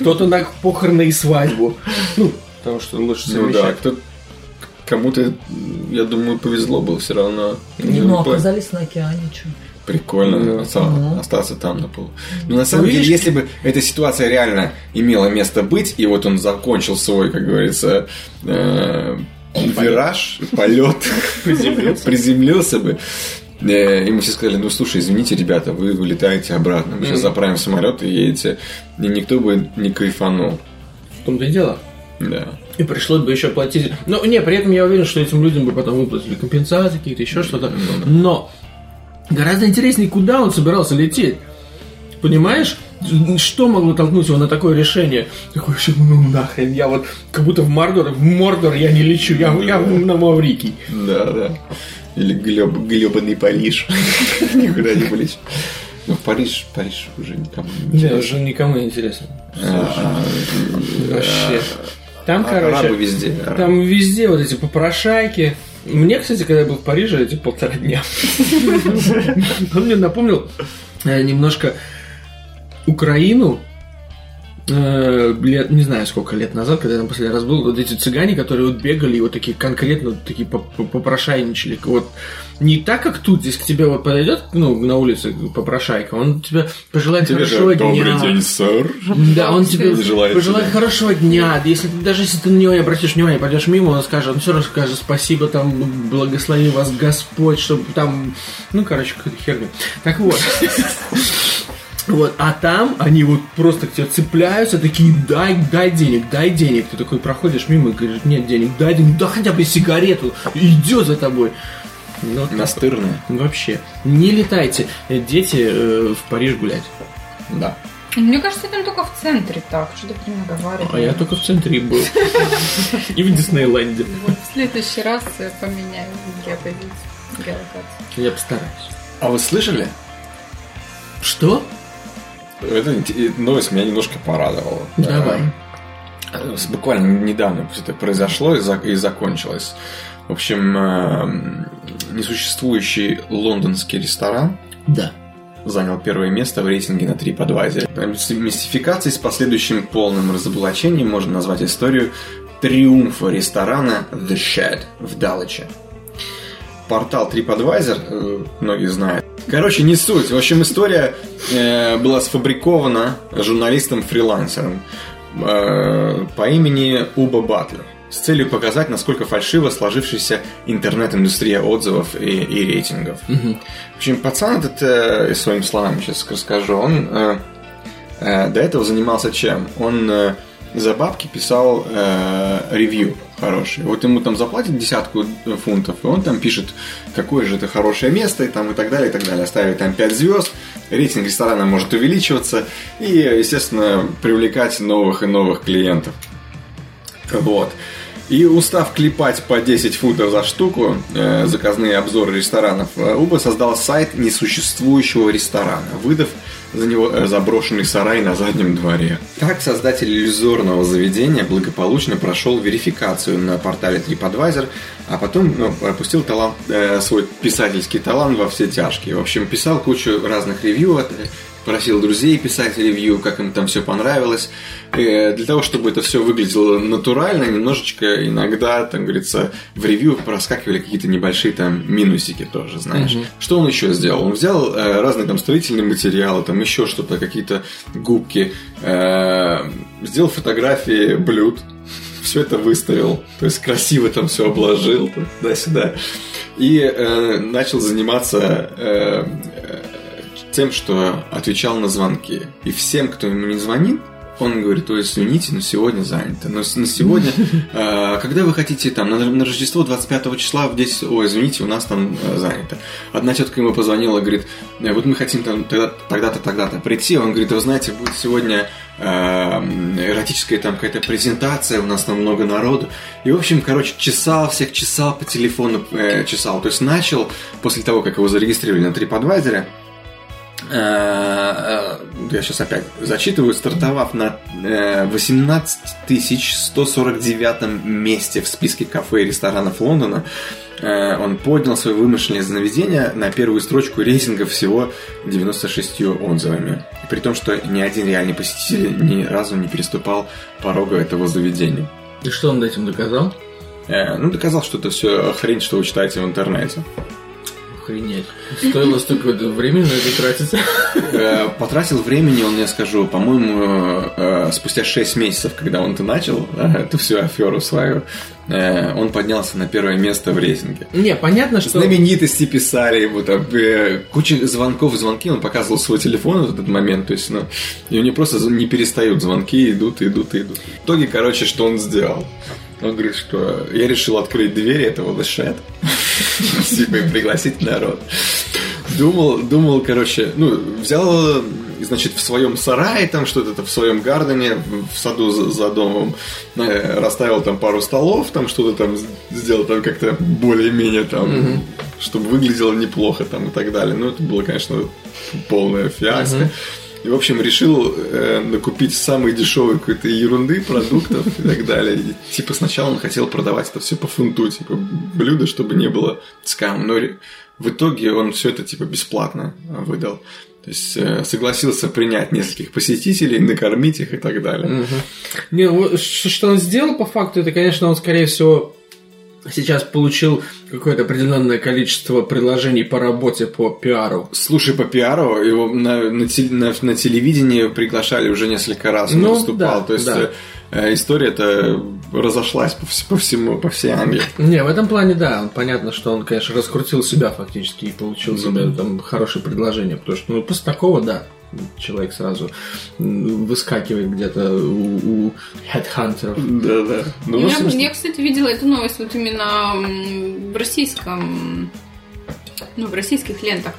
[SPEAKER 1] кто-то на похороны и свадьбу. Ну, потому что лучше
[SPEAKER 2] ну да,
[SPEAKER 1] совмещать.
[SPEAKER 2] кто... Кому-то, я думаю, повезло было все равно.
[SPEAKER 4] Не,
[SPEAKER 1] а
[SPEAKER 4] ну
[SPEAKER 2] П-
[SPEAKER 4] оказались на океане, что?
[SPEAKER 2] Прикольно
[SPEAKER 1] Да.
[SPEAKER 2] осталось-
[SPEAKER 4] Мгм.
[SPEAKER 2] остаться там на полу. Но на самом
[SPEAKER 1] Ну, видишь-
[SPEAKER 2] деле, если бы эта ситуация реально имела место быть, и вот он закончил свой, как говорится, э, вираж, полет, приземлился бы. э, Ему все сказали, ну слушай, извините, ребята, вы вылетаете обратно, мы сейчас
[SPEAKER 1] Мгм.
[SPEAKER 2] заправим самолет и едете. И никто бы не кайфанул.
[SPEAKER 1] В том-то и дело.
[SPEAKER 2] Да.
[SPEAKER 1] И пришлось бы еще платить. Ну, не, при этом я уверен, что этим людям бы потом выплатили компенсации какие-то, еще что-то. Но гораздо интереснее, куда он собирался лететь. Понимаешь, что могло толкнуть его на такое решение? Такой, «Щ- ну нахрен, я вот как будто в Мордор, в Мордор я не лечу, я, я на Маврикий.
[SPEAKER 2] Да, да. Или глеб, глебаный Париж. Никуда не полечь. Ну, в Париж, Париж уже никому не
[SPEAKER 1] Да, уже никому не интересно.
[SPEAKER 2] А,
[SPEAKER 1] Вообще. Там,
[SPEAKER 2] а,
[SPEAKER 1] короче,
[SPEAKER 2] арабы везде. арабы.
[SPEAKER 1] там везде вот эти попрошайки. Мне, кстати, когда я был в Париже, эти полтора дня, он мне напомнил э, немножко Украину э, лет, не знаю сколько лет назад, когда я там последний раз был, вот эти цыгане, которые вот бегали и вот такие конкретно вот такие поп- поп- попрошайничали. Вот не так, как тут, здесь к тебе вот подойдет, ну, на улице попрошайка, он тебе пожелает
[SPEAKER 2] Тебе
[SPEAKER 1] хорошего
[SPEAKER 2] же
[SPEAKER 1] дня.
[SPEAKER 2] добрый день, сэр.
[SPEAKER 1] Да, он тебе
[SPEAKER 2] Желает
[SPEAKER 1] пожелает
[SPEAKER 2] тебе.
[SPEAKER 1] хорошего дня. Если ты, даже если ты на него не обратишь внимания, пойдешь мимо, он скажет, он все равно скажет спасибо, там благослови вас Господь, чтобы там, ну короче, какая-то херня. Так вот. Вот, а там они вот просто к тебе цепляются, такие, дай, дай денег, дай денег. Ты такой проходишь мимо и говоришь, нет денег, дай денег, да хотя бы сигарету, идет за тобой. Ну, вот
[SPEAKER 5] Настырные.
[SPEAKER 1] так. вообще, не летайте, э, дети, э, в Париж гулять.
[SPEAKER 5] Да.
[SPEAKER 6] Мне кажется, там только в центре так. Что-то прям наговариваю.
[SPEAKER 1] А я только в центре был. И в Диснейленде.
[SPEAKER 3] Вот в следующий раз э, поменяю геопозицию, геолокацию.
[SPEAKER 1] Я постараюсь.
[SPEAKER 2] А вы слышали?
[SPEAKER 1] Что?
[SPEAKER 2] Эта инте- новость меня немножко порадовала.
[SPEAKER 1] Давай.
[SPEAKER 2] Э, с- Буквально недавно всё это произошло и, зак- и закончилось. В общем, эм, несуществующий лондонский ресторан
[SPEAKER 1] Да.
[SPEAKER 2] занял первое место в рейтинге на TripAdvisor. Э, мисти- Мистификацией с последующим полным разоблачением можно назвать историю триумфа ресторана The Shed в Далыче. Портал TripAdvisor, э, многие знают. Короче, не суть. В общем, история э, была сфабрикована журналистом-фрилансером э, по имени Уба Батлер с целью показать, насколько фальшиво сложившаяся интернет-индустрия отзывов и, и рейтингов. В общем, пацан этот, э, своим словами сейчас расскажу, он э, э, до этого занимался чем? Он э, за бабки писал э, ревью хорошие. Вот ему там заплатят десятку фунтов, и он там пишет, какое же это хорошее место, и, там, и так далее, и так далее. Оставит там 5 звезд, рейтинг ресторана может увеличиваться, и, естественно, привлекать новых и новых клиентов. Вот. И устав клепать по 10 футов за штуку э, заказные обзоры ресторанов, э, Уба создал сайт несуществующего ресторана, выдав за него э, заброшенный сарай на заднем дворе. Так создатель иллюзорного заведения благополучно прошел верификацию на портале TripAdvisor, а потом ну, опустил талант, э, свой писательский талант во все тяжкие. В общем, писал кучу разных ревью от просил друзей писать ревью, как им там все понравилось. Э, Для того, чтобы это все выглядело натурально, немножечко иногда, там говорится, в ревью проскакивали какие-то небольшие там минусики тоже, знаешь. Что он еще сделал? Он взял э, разные там строительные материалы, там еще что-то, какие-то губки, э, сделал фотографии блюд, все это выставил, то есть красиво там все обложил, там, туда-сюда. И э, начал заниматься э, э, тем, что отвечал на звонки. И всем, кто ему не звонит, он говорит, ой, извините, но сегодня занято. Но с- на сегодня, э, когда вы хотите, там, на, на Рождество 25 числа в 10, ой, извините, у нас там э, занято. Одна тетка ему позвонила, говорит, «Э, вот мы хотим там тогда- тогда-то, тогда-то прийти. Он говорит, вы знаете, будет сегодня э, эротическая там какая-то презентация, у нас там много народу. И, в общем, короче, чесал всех, чесал по телефону, э, чесал. То есть начал, после того, как его зарегистрировали на TripAdvisor, Э, я сейчас опять зачитываю, стартовав на э, 18 149 месте в списке кафе и ресторанов Лондона, э, он поднял свое вымышленное заведение на первую строчку рейтинга всего 96 отзывами. При том, что ни один реальный посетитель ни разу не переступал порога этого заведения.
[SPEAKER 1] И что он этим доказал?
[SPEAKER 2] Э, Ну, доказал, что это все хрень, что вы читаете в интернете.
[SPEAKER 1] Охренеть. Стоило столько времени на это тратить.
[SPEAKER 2] Э, потратил времени, он, я скажу, по-моему, э, спустя 6 месяцев, когда он-то начал э, эту всю аферу свою, э, он поднялся на первое место в рейтинге.
[SPEAKER 1] Не, понятно, что...
[SPEAKER 2] Знаменитости писали ему, там, э, куча звонков, звонки, он показывал свой телефон в этот момент, то есть, ну, и у него просто не перестают звонки, идут, идут, идут. В итоге, короче, что он сделал? Он говорит, что я решил открыть двери этого лошадь, типа, и пригласить народ. Думал, думал, короче, ну, взял, значит, в своем сарае там что-то, там, в своем гардене, в саду за, за домом, э, расставил там пару столов, там что-то там с- сделал там как-то более-менее там, чтобы выглядело неплохо там и так далее. Ну, это было, конечно, полная фиаско. И, в общем, решил э, накупить самой дешевой какой-то ерунды, продуктов и так далее. И, типа, сначала он хотел продавать это все по фунту, типа, блюдо, чтобы не было скам. Но ре- в итоге он все это, типа, бесплатно э, выдал. То есть э, согласился принять нескольких посетителей, накормить их и так далее.
[SPEAKER 1] Мгм. Не, вот ш- что он сделал по факту, это, конечно, он, скорее всего, сейчас получил какое-то определенное количество предложений по работе по пиару.
[SPEAKER 2] Слушай, по пиару его на, на теле- на- на телевидении приглашали уже несколько раз, он
[SPEAKER 1] Ну,
[SPEAKER 2] выступал.
[SPEAKER 1] да,
[SPEAKER 2] То есть
[SPEAKER 1] да.
[SPEAKER 2] э, история-то разошлась по, вс- по всему, по всей Англии.
[SPEAKER 1] Не, в этом плане, да, он- понятно, что он, конечно, раскрутил себя фактически и получил себе там хорошее предложение, потому что, ну, после такого, да, человек сразу м, выскакивает где-то у, у хедхантеров.
[SPEAKER 2] Да, да. Ну,
[SPEAKER 3] я,
[SPEAKER 2] в общем,
[SPEAKER 3] я, кстати, видела эту новость вот именно м, в российском, ну, в российских лентах.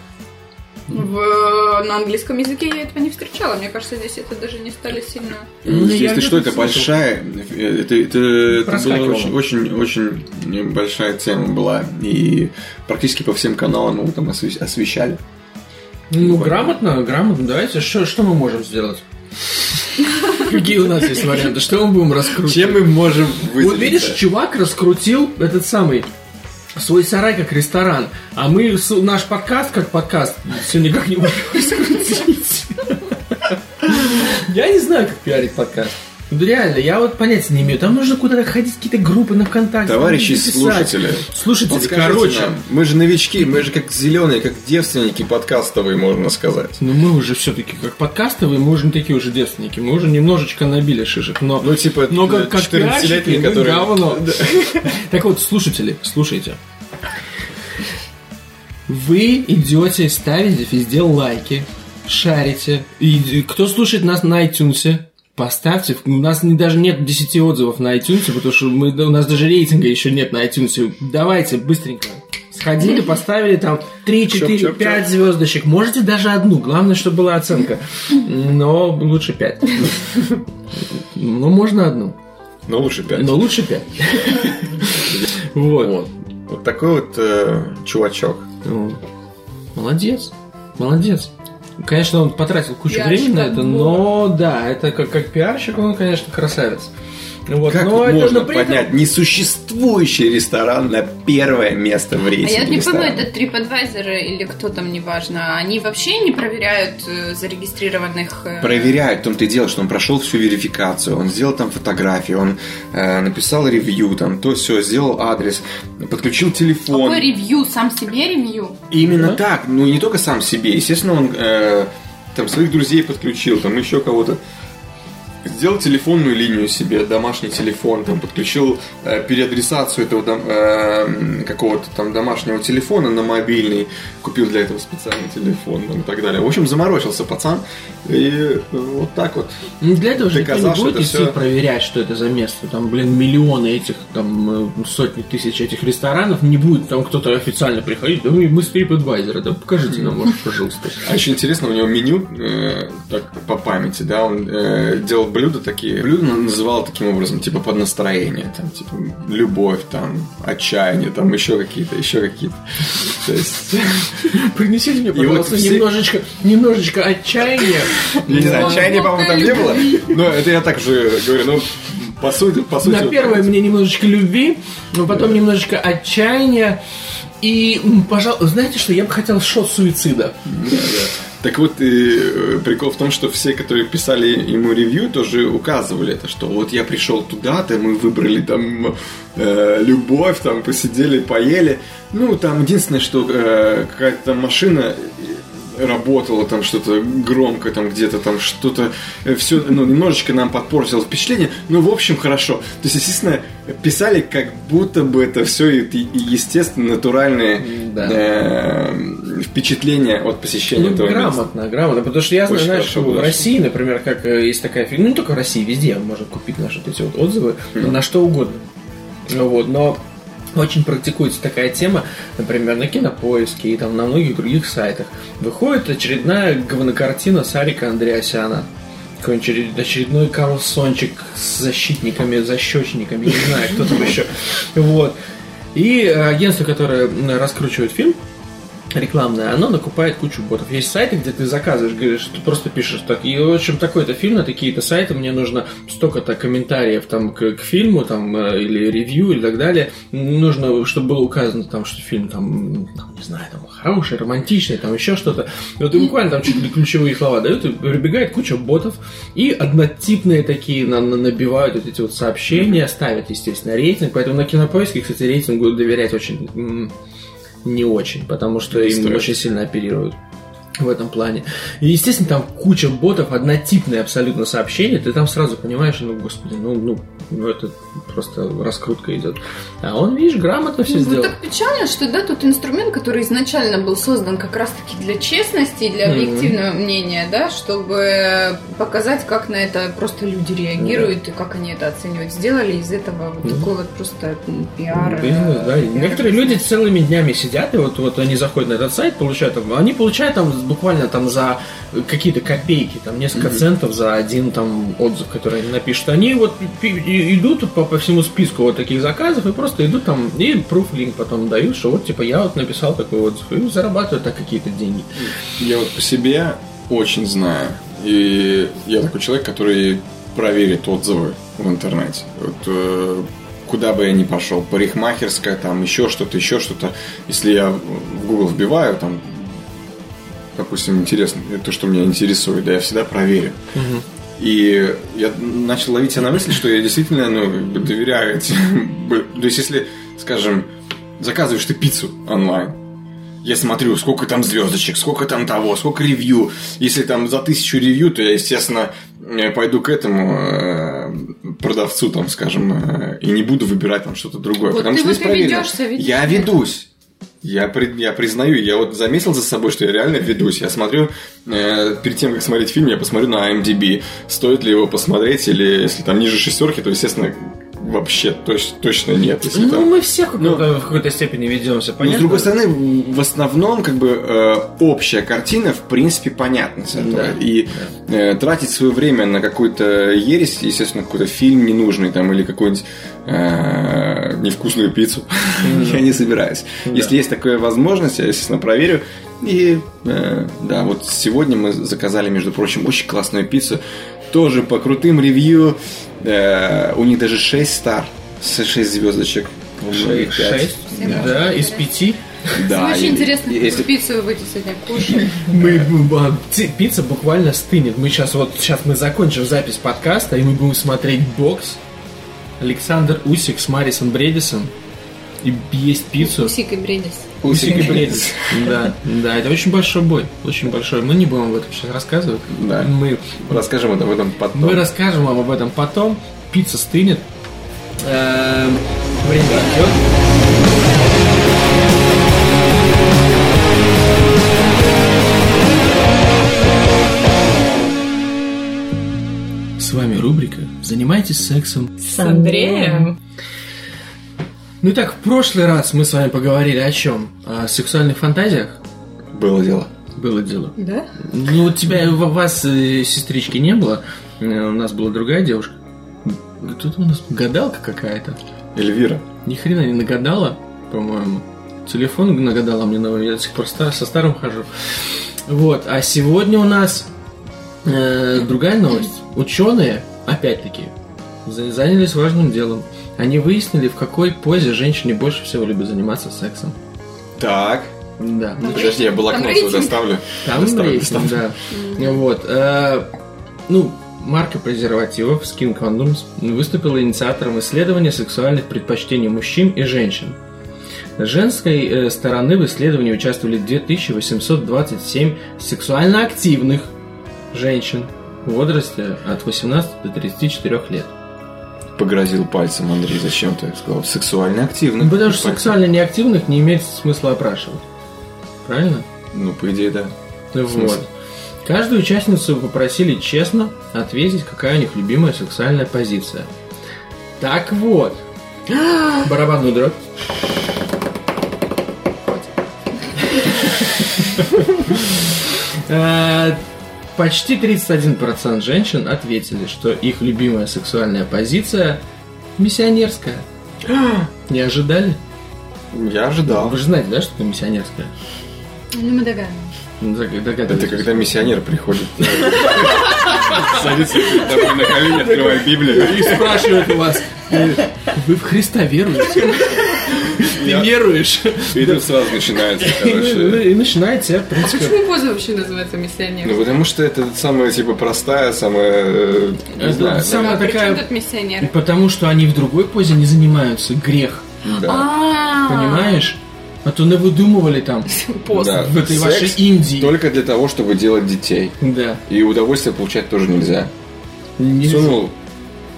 [SPEAKER 3] В- на английском языке я этого не встречала. Мне кажется, здесь это даже не стали сильно...
[SPEAKER 1] Ну, я
[SPEAKER 2] Если
[SPEAKER 1] где-то
[SPEAKER 2] что, это
[SPEAKER 1] слышал.
[SPEAKER 2] большая, э, это, это, это была
[SPEAKER 1] Проскакивало.
[SPEAKER 2] очень, очень, очень большая тема была, и практически по всем каналам его там осве- освещали.
[SPEAKER 1] Ну, грамотно, грамотно, давайте, что, что мы можем сделать? Какие у нас есть варианты? Что мы будем раскручивать?
[SPEAKER 2] Чем мы можем выделиться?
[SPEAKER 1] Вот видишь, чувак раскрутил этот самый свой сарай как ресторан, а мы с- наш подкаст как подкаст все никак не можем раскрутить. Я не знаю, как пиарить подкаст. Ну, реально, я вот понятия не имею. Там нужно куда-то ходить, какие-то группы на ВКонтакте.
[SPEAKER 2] Товарищи
[SPEAKER 1] нужно писать.
[SPEAKER 2] слушатели,
[SPEAKER 1] Слушатели,
[SPEAKER 2] подскажите
[SPEAKER 1] короче.
[SPEAKER 2] нам, Ну, мы же новички, мы же как зеленые, как девственники подкастовые, можно сказать.
[SPEAKER 1] Ну, мы уже все-таки как подкастовые, мы уже не такие уже девственники. Мы уже немножечко набили шишек, но...
[SPEAKER 2] Ну, типа,
[SPEAKER 1] Но как, как
[SPEAKER 2] 14-летний,
[SPEAKER 1] пиарщики, мы
[SPEAKER 2] который...
[SPEAKER 1] говно. Так вот, слушатели, слушайте. Вы идете, ставите везде лайки, шарите. И кто слушает нас на iTunes, поставьте. У нас не- даже нет 10 отзывов на iTunes, потому что мы, у нас даже рейтинга еще нет на iTunes. Давайте быстренько. Сходили, поставили там 3, 4, 5 звездочек. Можете даже одну. Главное, чтобы была оценка. Но лучше 5. Ну, можно одну.
[SPEAKER 2] Но лучше пять.
[SPEAKER 1] Но лучше 5. Вот.
[SPEAKER 2] Вот. Вот такой вот э, чувачок.
[SPEAKER 1] Ну, Молодец. Молодец. Конечно, он потратил кучу
[SPEAKER 3] Пиарщик
[SPEAKER 1] времени на
[SPEAKER 3] от
[SPEAKER 1] это, но да, это как, как пиарщик, он, конечно, красавец. Вот,
[SPEAKER 2] Как
[SPEAKER 3] ну,
[SPEAKER 1] но это,
[SPEAKER 2] можно
[SPEAKER 1] но при этом-
[SPEAKER 2] поднять несуществующий ресторан на первое место в
[SPEAKER 3] А
[SPEAKER 2] рейтинге?
[SPEAKER 3] я не
[SPEAKER 2] ресторана?
[SPEAKER 3] понимаю, это TripAdvisor или кто там, неважно. Они вообще не проверяют э, зарегистрированных... э,
[SPEAKER 2] Проверяют, в том-то и дело, что он прошел всю верификацию, он сделал там фотографии, он э, написал ревью, там то все, сделал адрес, подключил телефон.
[SPEAKER 3] Какой ревью? Сам себе ревью?
[SPEAKER 2] Именно так, ну не только сам себе, естественно, он э, там своих друзей подключил, там еще кого-то. Сделал телефонную линию себе, домашний телефон, там подключил э, переадресацию этого дом- э, какого-то там домашнего телефона на мобильный, купил для этого специальный телефон там, и так далее. В общем, заморочился пацан и э, вот так вот.
[SPEAKER 1] Ну, Для этого же никто
[SPEAKER 2] Доказал,
[SPEAKER 1] не
[SPEAKER 2] что
[SPEAKER 1] будет
[SPEAKER 2] это
[SPEAKER 1] идти
[SPEAKER 2] всё-
[SPEAKER 1] проверять, что это за место. Там, блин, миллионы этих, там, э, сотни тысяч этих ресторанов. Не будет там кто-то официально приходить. Да мы, мы с TripAdvisor, да покажите нам, может, пожалуйста.
[SPEAKER 2] А еще интересно, у него меню, э, так по памяти, да, он э, делал блюда такие, блюда он называл таким образом, типа под настроение, там, типа любовь, там, отчаяние, там, еще какие-то, еще какие-то. То есть,
[SPEAKER 1] Принесите мне,
[SPEAKER 2] вот
[SPEAKER 1] пожалуйста,
[SPEAKER 2] все-
[SPEAKER 1] немножечко, немножечко отчаяния.
[SPEAKER 2] я не знаю,
[SPEAKER 1] Ну,
[SPEAKER 2] отчаяния, по-моему, там не было, но это я так же говорю, ну, по сути, по сути.
[SPEAKER 1] На первое мне немножечко любви, но потом немножечко отчаяния. И, пожалуй, знаете что, я бы хотел шот суицида.
[SPEAKER 2] Так вот, и, э, прикол в том, что все, которые писали ему ревью, тоже указывали это, что вот я пришел туда-то, мы выбрали там э, любовь, там посидели, поели. Ну, там единственное, что э, какая-то там машина э, работала там что-то громко, там где-то там что-то, все, ну, немножечко нам подпортило впечатление, ну, в общем, хорошо. То есть, естественно, писали, как будто бы это все, естественно, натуральные
[SPEAKER 1] Да.
[SPEAKER 2] э, впечатления от посещения
[SPEAKER 1] Ну,
[SPEAKER 2] этого места.
[SPEAKER 1] грамотно, грамотно. Потому что я знаю,
[SPEAKER 2] Очень
[SPEAKER 1] знаешь,
[SPEAKER 2] хорошо
[SPEAKER 1] что в
[SPEAKER 2] было.
[SPEAKER 1] России, например, как э, есть такая фигня, ну не только в России, везде можно купить наши вот эти вот отзывы на что угодно. Ну Вот, но очень практикуется такая тема, например, на кинопоиске и там на многих других сайтах. Выходит очередная говнокартина Сарика Андреасяна. Какой-нибудь очеред- очередной Карлсончик с защитниками, защечниками, не знаю, кто там еще. Вот. И э, агентство, которое м, раскручивает фильм, рекламное, оно накупает кучу ботов. Есть сайты, где ты заказываешь, говоришь, ты просто пишешь так, и в общем такой-то фильм на такие-то сайты, мне нужно столько-то комментариев там к, к фильму там э, или ревью и так далее. Нужно, чтобы было указано там, что фильм там, там, не знаю, там хороший, романтичный, там еще что-то. И Вот и буквально там чуть ли ключевые слова дают, и прибегает куча ботов, и однотипные такие на- на- набивают вот эти вот сообщения, ставят, естественно, рейтинг. Поэтому на кинопоиске, кстати, рейтингу доверять очень м, не очень, потому что им
[SPEAKER 5] Стоит.
[SPEAKER 1] очень сильно оперируют в этом плане. И, естественно, там куча ботов, однотипные абсолютно сообщения, ты там сразу понимаешь, ну, господи, ну, ну, ну, это просто раскрутка идет. А он, видишь, грамотно все
[SPEAKER 3] Ну,
[SPEAKER 1] сделал.
[SPEAKER 3] так печально, что да, тут инструмент, который изначально был создан как раз-таки для честности и для
[SPEAKER 1] Мгм.
[SPEAKER 3] объективного мнения, да, чтобы показать, как на это просто люди реагируют и как они это оценивают. Сделали из этого вот
[SPEAKER 1] Мгм.
[SPEAKER 3] такой вот просто м,
[SPEAKER 1] Ну,
[SPEAKER 3] пиар.
[SPEAKER 1] Бизнес,
[SPEAKER 3] э,
[SPEAKER 1] да. И
[SPEAKER 3] пиар.
[SPEAKER 1] Некоторые люди целыми днями сидят, и вот, вот они заходят на этот сайт, получают там, они получают там буквально там за какие-то копейки, там несколько центов за один там отзыв, который они напишут. Они вот пи- и- идут по, по всему списку вот таких заказов и просто идут там и пруфлинг потом дают, что вот типа я вот написал такой отзыв и зарабатывают так какие-то деньги.
[SPEAKER 2] Я вот по себе очень знаю. И я такой человек, который проверит отзывы в интернете. Вот, э, куда бы я ни пошел, парикмахерская, там еще что-то, еще что-то. Если я в Google вбиваю, там, допустим, интересно, то, что меня интересует, да, я всегда проверю. И я начал ловить себя на мысли, что я действительно ну, как бы доверяю этим. То есть, если, скажем, заказываешь ты пиццу онлайн, я смотрю, сколько там звездочек, сколько там того, сколько ревью. Если там за тысячу ревью, то я, естественно, э, пойду к этому э, продавцу, там, скажем, э, и не буду выбирать там что-то другое.
[SPEAKER 3] Вот
[SPEAKER 2] потому
[SPEAKER 3] ты
[SPEAKER 2] что
[SPEAKER 3] вот
[SPEAKER 2] здесь
[SPEAKER 3] и
[SPEAKER 2] проверено.
[SPEAKER 3] ведешься, видишь?
[SPEAKER 2] Я ведусь. Я, при- я признаю, я вот заметил за собой, что я реально ведусь. Я смотрю, э, перед тем, как смотреть фильм, я посмотрю на IMDb, стоит ли его посмотреть, или если там ниже шестерки, то, естественно, вообще точ- точно нет. Если
[SPEAKER 1] Ну,
[SPEAKER 2] там-
[SPEAKER 1] мы все в
[SPEAKER 2] Ну,
[SPEAKER 1] какой-то, в какой-то степени ведемся,
[SPEAKER 2] но,
[SPEAKER 1] понятно?
[SPEAKER 2] Ну, с другой стороны, в в основном, как бы, э, общая картина, в принципе, понятна с этого.
[SPEAKER 1] Да.
[SPEAKER 2] И э, тратить свое время на какую-то ересь, естественно, какой-то фильм ненужный там, или какую-нибудь э, невкусную пиццу, я не собираюсь. Если есть такая возможность, я, естественно, проверю. И, э, да, вот сегодня мы заказали, между прочим, очень классную пиццу. Тоже по крутым ревью. Э, у них даже 6 стар, 6 звездочек.
[SPEAKER 1] Шесть, шесть,
[SPEAKER 3] Да.
[SPEAKER 1] да, из пяти.
[SPEAKER 2] Да,
[SPEAKER 1] А,
[SPEAKER 3] Очень
[SPEAKER 2] и-
[SPEAKER 3] интересно,
[SPEAKER 2] и если-
[SPEAKER 3] пиццу выйти сегодня кушать.
[SPEAKER 1] Мы, а, ти- пицца буквально стынет. Мы сейчас вот сейчас мы закончим запись подкаста, и мы будем смотреть бокс. Александр Усик с Марисом Бредисом и есть пиццу.
[SPEAKER 3] Усик и бредис.
[SPEAKER 1] Усик и Бредис. Да, да, это очень большой бой, очень большой. Мы не будем об этом сейчас рассказывать.
[SPEAKER 2] Да.
[SPEAKER 1] Мы,
[SPEAKER 2] Расскажем это в этом потом.
[SPEAKER 1] мы расскажем вам об этом потом. Пицца стынет. Эм, Время идет. С вами рубрика «Занимайтесь сексом».
[SPEAKER 4] С Андреем.
[SPEAKER 1] Ну и так, в прошлый раз мы с вами поговорили о чем? О сексуальных фантазиях?
[SPEAKER 2] Было дело.
[SPEAKER 1] Было дело.
[SPEAKER 3] Да?
[SPEAKER 1] Ну, у тебя, у вас э, сестрички не было, Э, у нас была другая девушка. Тут у нас гадалка какая-то.
[SPEAKER 2] Эльвира.
[SPEAKER 1] Ни хрена не нагадала, по-моему. Телефон нагадала мне новый, я до сих пор ста- со старым хожу. Вот, а сегодня у нас э, другая новость. Ученые, опять-таки, за- занялись важным делом. Они выяснили, в какой позе женщине больше всего любят заниматься сексом.
[SPEAKER 2] Так.
[SPEAKER 1] Да.
[SPEAKER 2] Ну, подожди, я
[SPEAKER 3] Там
[SPEAKER 2] блокнот
[SPEAKER 3] рейтинг.
[SPEAKER 2] сюда ставлю.
[SPEAKER 1] Там
[SPEAKER 2] Доставь,
[SPEAKER 1] рейтинг, да. Вот. э, Ну, марка презервативов Skin Condoms выступила инициатором исследования сексуальных предпочтений мужчин и женщин. С женской э, стороны в исследовании участвовали 2827 сексуально активных женщин в возрасте от 18 до 34 лет.
[SPEAKER 2] Погрозил пальцем Андрей, зачем ты сказал? Сексуально активно.
[SPEAKER 1] Ну, потому что сексуально неактивных не имеет смысла опрашивать. Правильно?
[SPEAKER 2] Ну, по идее, да.
[SPEAKER 1] Ну
[SPEAKER 2] смысле?
[SPEAKER 1] Вот. Каждую участницу попросили честно ответить, какая у них любимая сексуальная позиция. Так вот. Барабанную дробь. Э, Почти 31% женщин ответили, что их любимая сексуальная позиция миссионерская. Не ожидали? А
[SPEAKER 2] Я ожидал.
[SPEAKER 1] Вы же знаете, да, что такое миссионерская?
[SPEAKER 3] Ну, мы догадываемся.
[SPEAKER 1] Это
[SPEAKER 2] Это когда миссионер приходит. Садится перед тобой на колени, открывает Библию.
[SPEAKER 1] И спрашивают у вас, э, вы в Христа веруете? Ты веруешь?
[SPEAKER 2] И тут сразу начинается,
[SPEAKER 1] И ну,
[SPEAKER 2] короче.
[SPEAKER 1] и начинает тебя, в принципе...
[SPEAKER 3] Почему поза вообще называется миссионер?
[SPEAKER 2] Ну, потому что это самая, типа, простая, самая... э, Не
[SPEAKER 1] Это
[SPEAKER 2] знаю.
[SPEAKER 1] самая
[SPEAKER 3] При чем
[SPEAKER 1] Ну, такая...
[SPEAKER 3] А, тут миссионер?
[SPEAKER 1] Потому что они в другой позе не занимаются. Грех.
[SPEAKER 3] А,
[SPEAKER 2] Да.
[SPEAKER 3] Понимаешь?
[SPEAKER 1] Понимаешь? А то навыдумывали там
[SPEAKER 3] А, Пост.
[SPEAKER 2] Да.
[SPEAKER 1] в этой
[SPEAKER 2] Секс
[SPEAKER 1] вашей Индии.
[SPEAKER 2] Только для того, чтобы делать детей.
[SPEAKER 1] Да.
[SPEAKER 2] И удовольствие получать тоже нельзя.
[SPEAKER 1] Нельзя.
[SPEAKER 2] Сунул,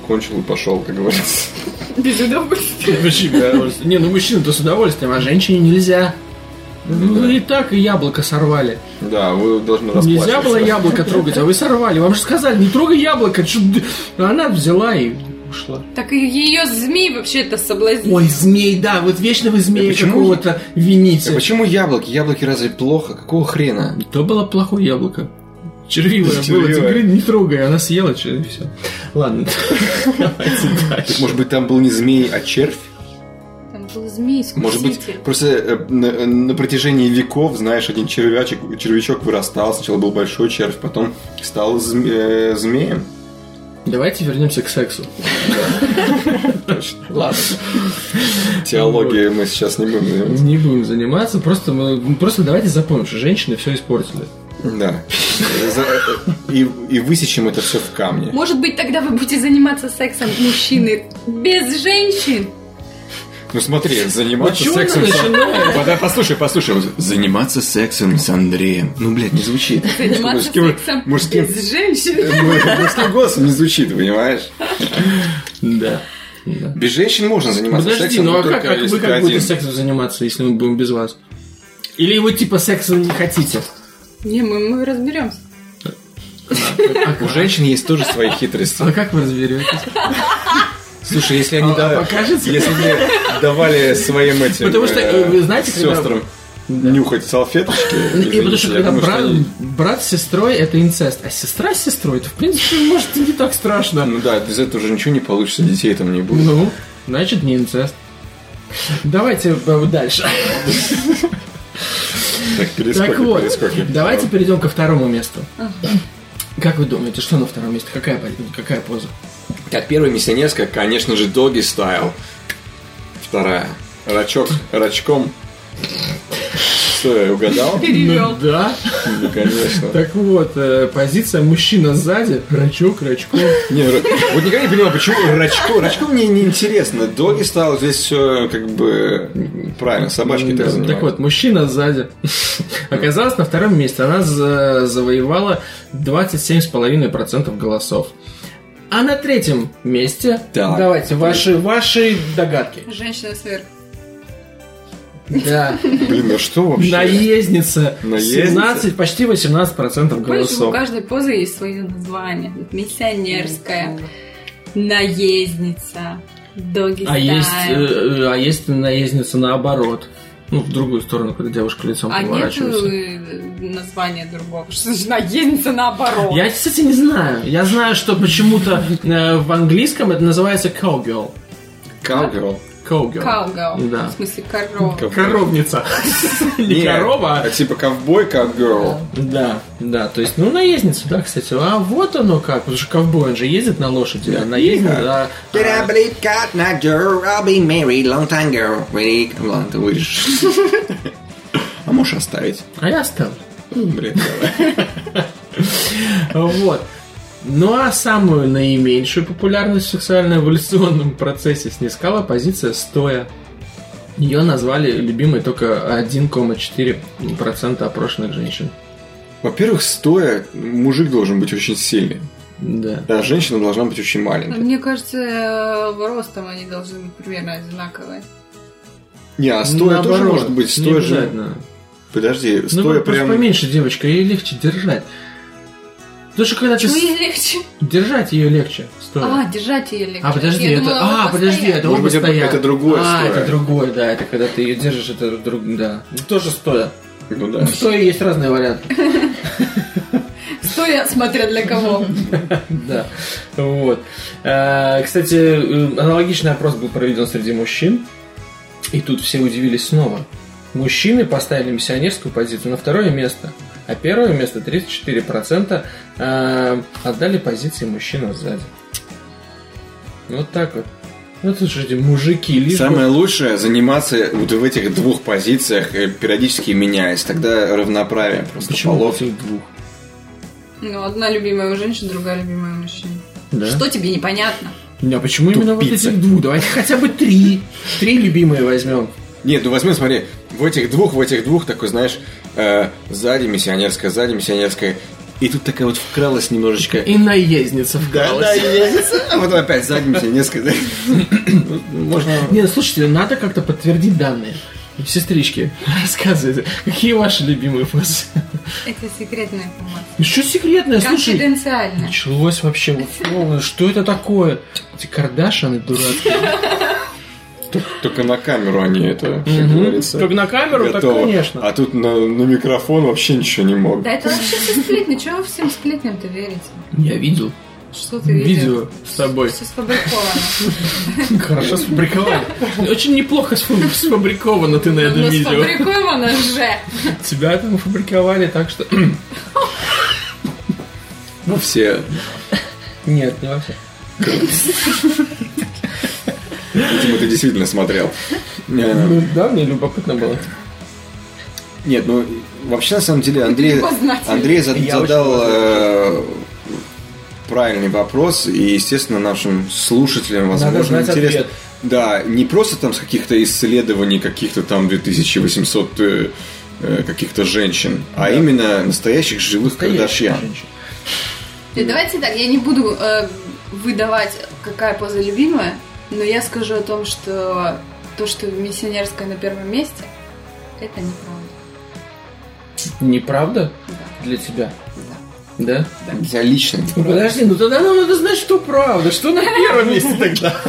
[SPEAKER 2] кончил и пошел, как говорится.
[SPEAKER 3] Без удовольствия.
[SPEAKER 1] Вообще, Не, ну мужчина-то с удовольствием, а женщине нельзя. Ну и так и яблоко сорвали.
[SPEAKER 2] Да, вы должны
[SPEAKER 1] Нельзя
[SPEAKER 2] расплачиваться.
[SPEAKER 1] было яблоко трогать, а вы сорвали. Вам же сказали, не трогай яблоко. чё ты- А она взяла и ушла.
[SPEAKER 3] Так и ее змей вообще-то соблазнил.
[SPEAKER 1] Ой, змей, да, вот вечно вы
[SPEAKER 2] А
[SPEAKER 1] змея
[SPEAKER 2] почему?
[SPEAKER 1] какого-то
[SPEAKER 2] А
[SPEAKER 1] вините.
[SPEAKER 2] почему яблоки? Яблоки разве плохо? Какого хрена?
[SPEAKER 1] То было плохое яблоко. Червивое было,
[SPEAKER 2] Червивое.
[SPEAKER 1] тебе говорят, не трогай, она съела, чё, и все. Ладно, давайте
[SPEAKER 2] Так,
[SPEAKER 1] дальше.
[SPEAKER 2] может быть, там был не змей, а червь?
[SPEAKER 3] Там был змей,
[SPEAKER 2] Может быть,
[SPEAKER 3] искуситель.
[SPEAKER 2] просто э, на, на протяжении веков, знаешь, один червячек, червячок вырастал. Сначала был большой червь, потом стал зм- э, змеем.
[SPEAKER 1] Давайте вернемся к сексу. Ладно.
[SPEAKER 2] Теологией мы сейчас не будем заниматься.
[SPEAKER 1] Не будем заниматься, просто, мы, ну, просто давайте запомним, что женщины все испортили.
[SPEAKER 2] Да. За- И, и высечем это все в камне.
[SPEAKER 3] Может быть, тогда вы будете заниматься сексом мужчины без женщин?
[SPEAKER 2] Ну смотри, заниматься
[SPEAKER 1] чё
[SPEAKER 2] сексом...
[SPEAKER 1] она
[SPEAKER 2] с-
[SPEAKER 1] начинает?
[SPEAKER 2] Подай, Послушай, послушай. вот Заниматься сексом с Андреем. Ну, блядь, не звучит.
[SPEAKER 3] Заниматься
[SPEAKER 2] Мужским-
[SPEAKER 3] сексом
[SPEAKER 2] мужским-
[SPEAKER 3] без женщин?
[SPEAKER 2] Мужским голосом не звучит, понимаешь?
[SPEAKER 1] Да. да.
[SPEAKER 2] Без женщин можно заниматься
[SPEAKER 1] Подожди,
[SPEAKER 2] сексом,
[SPEAKER 1] ну
[SPEAKER 2] но
[SPEAKER 1] а как,
[SPEAKER 2] только
[SPEAKER 1] как
[SPEAKER 2] если
[SPEAKER 1] вы
[SPEAKER 2] ты
[SPEAKER 1] как будете
[SPEAKER 2] один.
[SPEAKER 1] сексом заниматься, если мы будем без вас? Или вы типа секса не хотите?
[SPEAKER 3] Не, мы, мы разберемся.
[SPEAKER 2] У женщин есть тоже свои хитрости.
[SPEAKER 1] А как вы разберетесь?
[SPEAKER 2] Слушай, если они
[SPEAKER 1] А-
[SPEAKER 2] да-
[SPEAKER 1] а покажется?
[SPEAKER 2] если они давали своим этим
[SPEAKER 1] Потому что,
[SPEAKER 2] э,
[SPEAKER 1] э, вы знаете, когда-
[SPEAKER 2] сестрам нюхать салфеточки.
[SPEAKER 1] И Ну, потому
[SPEAKER 2] извините,
[SPEAKER 1] что
[SPEAKER 2] я
[SPEAKER 1] когда
[SPEAKER 2] думаю, что
[SPEAKER 1] брат,
[SPEAKER 2] они-
[SPEAKER 1] брат с сестрой это инцест, а сестра с сестрой, это в принципе может и не так страшно.
[SPEAKER 2] Ну да, без этого уже ничего не получится, детей там не будет.
[SPEAKER 1] Ну, значит не инцест. Давайте э, дальше.
[SPEAKER 2] Так, перескоки,
[SPEAKER 1] Так вот,
[SPEAKER 2] перескоки.
[SPEAKER 1] давайте перейдем ко второму месту. Как вы думаете, что на втором месте? Какая, по- какая поза?
[SPEAKER 2] Так, первая миссионерская, конечно же, доги стайл. Вторая. Рачок, рачком. Что, я угадал?
[SPEAKER 3] Перевел.
[SPEAKER 1] да.
[SPEAKER 2] Ну, конечно.
[SPEAKER 1] Так вот, э, позиция мужчина сзади, рачок, рачком.
[SPEAKER 2] Не, ра- вот никогда не понимал, почему рачко. Рачко мне неинтересно. Доги стал здесь все как бы м, правильно. Собачки
[SPEAKER 1] Да,
[SPEAKER 2] так занимаются.
[SPEAKER 1] Так вот, мужчина сзади оказалась на втором месте. Она за- завоевала 27,5% голосов. А на третьем месте...
[SPEAKER 2] Так.
[SPEAKER 1] Давайте, ваши, ваши догадки.
[SPEAKER 3] Женщина сверху.
[SPEAKER 1] Да.
[SPEAKER 2] Блин, а что вообще?
[SPEAKER 1] Наездница.
[SPEAKER 2] Наездница.
[SPEAKER 1] 17, почти 18%
[SPEAKER 3] Понимаешь, у
[SPEAKER 1] голосов.
[SPEAKER 3] каждой позы есть свое название. Вот Миссионерская, наездница, доги
[SPEAKER 1] А есть, э,
[SPEAKER 3] стайл.
[SPEAKER 1] э, а есть наездница наоборот. Ну, в другую сторону, когда девушка лицом
[SPEAKER 3] А нет
[SPEAKER 1] поворачивается.
[SPEAKER 3] э, названия другого. Что значит наездница наоборот?
[SPEAKER 1] Я, кстати, не знаю. Я знаю, что почему-то э, в английском это называется cowgirl.
[SPEAKER 2] Cowgirl.
[SPEAKER 1] Cowgirl.
[SPEAKER 3] Каугау.
[SPEAKER 1] Да.
[SPEAKER 3] В смысле, корова.
[SPEAKER 2] Ков-
[SPEAKER 1] Коровница. Не
[SPEAKER 2] Нет,
[SPEAKER 1] корова.
[SPEAKER 2] А типа ковбой, cowgirl.
[SPEAKER 1] Да, да, то есть, ну, наездница, да, кстати. А вот оно как, потому что ковбой, он же ездит на лошади, а наездница,
[SPEAKER 2] But I
[SPEAKER 1] да. а,
[SPEAKER 2] believe God, not girl, I'll be married long time girl. When he come along, ты вырежешь. А можешь оставить?
[SPEAKER 1] А я оставлю.
[SPEAKER 2] Блин, давай.
[SPEAKER 1] Вот. Ну а самую наименьшую популярность в сексуально-эволюционном процессе снискала позиция стоя. Ее назвали любимой только 1,4% опрошенных женщин.
[SPEAKER 2] Во-первых, стоя мужик должен быть очень сильный,
[SPEAKER 1] Да.
[SPEAKER 2] а женщина должна быть очень маленькой.
[SPEAKER 3] Мне кажется, э, ростом они должны быть примерно одинаковые.
[SPEAKER 1] Ну,
[SPEAKER 2] Не, а стоя тоже
[SPEAKER 1] Наоборот,
[SPEAKER 2] может быть.
[SPEAKER 1] не
[SPEAKER 2] Стоя же...
[SPEAKER 1] обязательно.
[SPEAKER 2] Подожди,
[SPEAKER 1] Ну,
[SPEAKER 2] стоя
[SPEAKER 1] вот просто
[SPEAKER 2] прям...
[SPEAKER 1] поменьше девочка, ей легче держать. Потому что когда ты...
[SPEAKER 3] Почему
[SPEAKER 1] с-
[SPEAKER 3] ей легче?
[SPEAKER 1] Держать ее легче,
[SPEAKER 3] А,
[SPEAKER 1] стоя.
[SPEAKER 3] держать ее легче.
[SPEAKER 1] А, подожди,
[SPEAKER 3] Я
[SPEAKER 1] это...
[SPEAKER 3] думала,
[SPEAKER 1] а,
[SPEAKER 3] вот
[SPEAKER 1] подожди,
[SPEAKER 3] постоянно.
[SPEAKER 1] это
[SPEAKER 2] Может
[SPEAKER 1] оба
[SPEAKER 2] быть, это-
[SPEAKER 1] стоят.
[SPEAKER 2] это другое
[SPEAKER 1] А,
[SPEAKER 2] стоя.
[SPEAKER 1] это другое, да, это когда ты ее держишь, это друг, да. Ну, Тоже стоя.
[SPEAKER 2] Ну да.
[SPEAKER 1] Стоя есть разные варианты.
[SPEAKER 3] Стоя, смотря для кого.
[SPEAKER 1] Да, вот. Э, Кстати, э, аналогичный опрос был проведен среди мужчин. И тут все удивились снова. Мужчины поставили миссионерскую позицию на второе место, а первое место 34% э, отдали позиции мужчинам сзади. Вот так вот. Ну, Вот слушайте, мужики, лишь бы-
[SPEAKER 2] Самое лучшее заниматься вот в этих двух позициях, э, периодически меняясь. Тогда равноправие просто
[SPEAKER 1] Почему
[SPEAKER 2] полов.
[SPEAKER 1] этих двух?
[SPEAKER 3] Ну, одна любимая у женщин, другая любимая у мужчин.
[SPEAKER 1] Да?
[SPEAKER 3] Что тебе непонятно?
[SPEAKER 1] Не, а почему именно вот
[SPEAKER 2] Тупица.
[SPEAKER 1] этих двух? Давайте хотя бы три. Три любимые возьмем.
[SPEAKER 2] Нет, ну возьми, смотри, в этих двух, в этих двух, такой, знаешь, э, сзади миссионерская, сзади миссионерская. И тут такая вот вкралась немножечко.
[SPEAKER 1] И наездница в голосе.
[SPEAKER 2] А потом опять сзади миссионерская. сзади. Ну, Можно...
[SPEAKER 1] Не, слушайте, надо как-то подтвердить данные. Сестрички, рассказывайте, какие ваши любимые фасы?
[SPEAKER 3] Это секретная информация.
[SPEAKER 1] Ну что секретное, слушай.
[SPEAKER 3] Конфиденциальная.
[SPEAKER 1] Началось вообще, вот, словно, что это такое? Эти Кардашины дурацкие.
[SPEAKER 2] Только на камеру они это, как
[SPEAKER 1] Мгм.
[SPEAKER 2] говорится.
[SPEAKER 1] Как на камеру, так
[SPEAKER 2] готово.
[SPEAKER 1] конечно.
[SPEAKER 2] А тут на, на микрофон вообще ничего не мог.
[SPEAKER 6] Да это вообще все сплетни, чего вы всем сплетням-то верите?
[SPEAKER 1] Я видел
[SPEAKER 6] Что ты
[SPEAKER 1] видео с тобой.
[SPEAKER 6] Все сфабриковано.
[SPEAKER 1] Хорошо сфабриковали. Очень неплохо сфаб- сфабриковано ты на этом
[SPEAKER 6] Но
[SPEAKER 1] видео.
[SPEAKER 6] сфабриковано же.
[SPEAKER 1] Тебя там фабриковали, так что...
[SPEAKER 2] Ну, все.
[SPEAKER 1] Нет, не вообще.
[SPEAKER 2] Видимо, ты действительно смотрел. Э,
[SPEAKER 1] Ну да, мне любопытно было.
[SPEAKER 2] Нет, ну, вообще, на самом деле, Андрей,
[SPEAKER 6] любознательный.
[SPEAKER 2] Андрей зад-
[SPEAKER 1] Я очень
[SPEAKER 2] задал э, правильный вопрос, и, естественно, нашим слушателям, возможно,
[SPEAKER 1] знать
[SPEAKER 2] интересно.
[SPEAKER 1] ответ.
[SPEAKER 2] Да, не просто там с каких-то исследований, каких-то там 2800 э, э, каких-то женщин, а именно настоящих живых
[SPEAKER 1] Настоящая
[SPEAKER 2] кардашьян.
[SPEAKER 1] женщина.
[SPEAKER 3] И давайте так, я не буду э, выдавать, какая поза любимая, но я скажу о том, что то, что миссионерская на первом месте, это неправда.
[SPEAKER 1] Неправда? Для тебя? Да.
[SPEAKER 2] Я лично.
[SPEAKER 1] Ну подожди, ну тогда нам надо знать, что правда, что на первом месте тогда.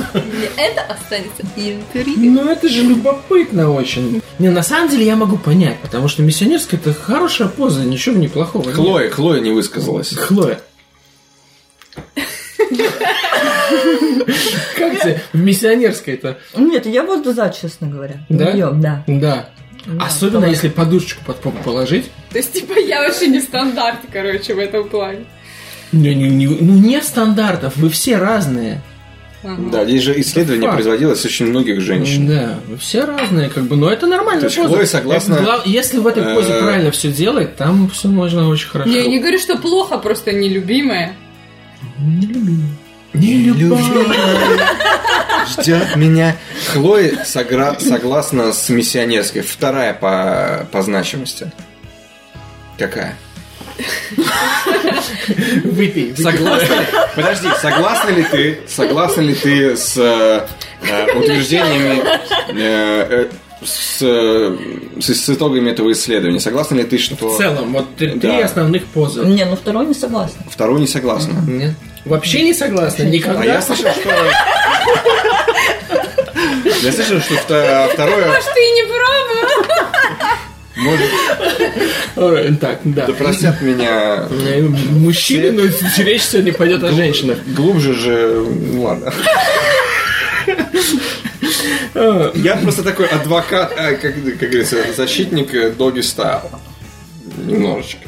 [SPEAKER 3] Это останется интригой.
[SPEAKER 1] Ну это же любопытно очень. Не, на самом деле я могу понять, потому что миссионерская это хорошая поза, ничего в ней плохого. нет.
[SPEAKER 2] Хлоя, Хлоя не высказалась.
[SPEAKER 1] Хлоя. Как тебе в миссионерской-то?
[SPEAKER 4] Нет, я вот за, честно говоря.
[SPEAKER 1] Да?
[SPEAKER 4] Её, да.
[SPEAKER 1] Да.
[SPEAKER 4] Да,
[SPEAKER 1] Особенно
[SPEAKER 4] давай.
[SPEAKER 1] если подушечку под попу положить.
[SPEAKER 3] То есть, типа, я вообще не стандарт, короче, в этом плане.
[SPEAKER 1] Не, не, не- ну нет стандартов, вы все разные.
[SPEAKER 2] Да, здесь же исследование
[SPEAKER 1] Факт.
[SPEAKER 2] производилось очень многих женщин.
[SPEAKER 1] Да, вы все разные, как бы, но это нормальная
[SPEAKER 2] То есть
[SPEAKER 1] поза.
[SPEAKER 2] Хлоя согласна,
[SPEAKER 1] Это глав- Если в этой позе
[SPEAKER 2] э,
[SPEAKER 1] правильно все делать, там все можно очень хорошо.
[SPEAKER 3] Я не говорю, что плохо, просто нелюбимая.
[SPEAKER 1] Не
[SPEAKER 2] Ждет меня. Хлоя согра- согласна с миссионерской. Вторая по, по значимости. Какая?
[SPEAKER 1] Выпей.
[SPEAKER 2] Согласна ли- Подожди, согласна ли ты? Согласна ли ты с э, э, утверждениями э, э, с, э, с, с итогами этого исследования? Согласна ли ты,
[SPEAKER 1] В
[SPEAKER 2] что
[SPEAKER 1] целом, вот три
[SPEAKER 2] Да.
[SPEAKER 1] три основных позы.
[SPEAKER 4] Не, ну второй не согласна.
[SPEAKER 2] второй не согласна?
[SPEAKER 1] Нет. Вообще не согласна, никогда.
[SPEAKER 2] А я слышал, что... Я слышал, что вто- второе...
[SPEAKER 3] Ты не прав.
[SPEAKER 2] Может,
[SPEAKER 1] Э, Так, да.
[SPEAKER 2] да простят меня
[SPEAKER 1] Э, Мужчины, но речь сегодня пойдет о женщинах.
[SPEAKER 2] Глубже же... ну Ладно. Я просто такой адвокат, э, как, как говорится, защитник э, Доги Стайла. Немножечко.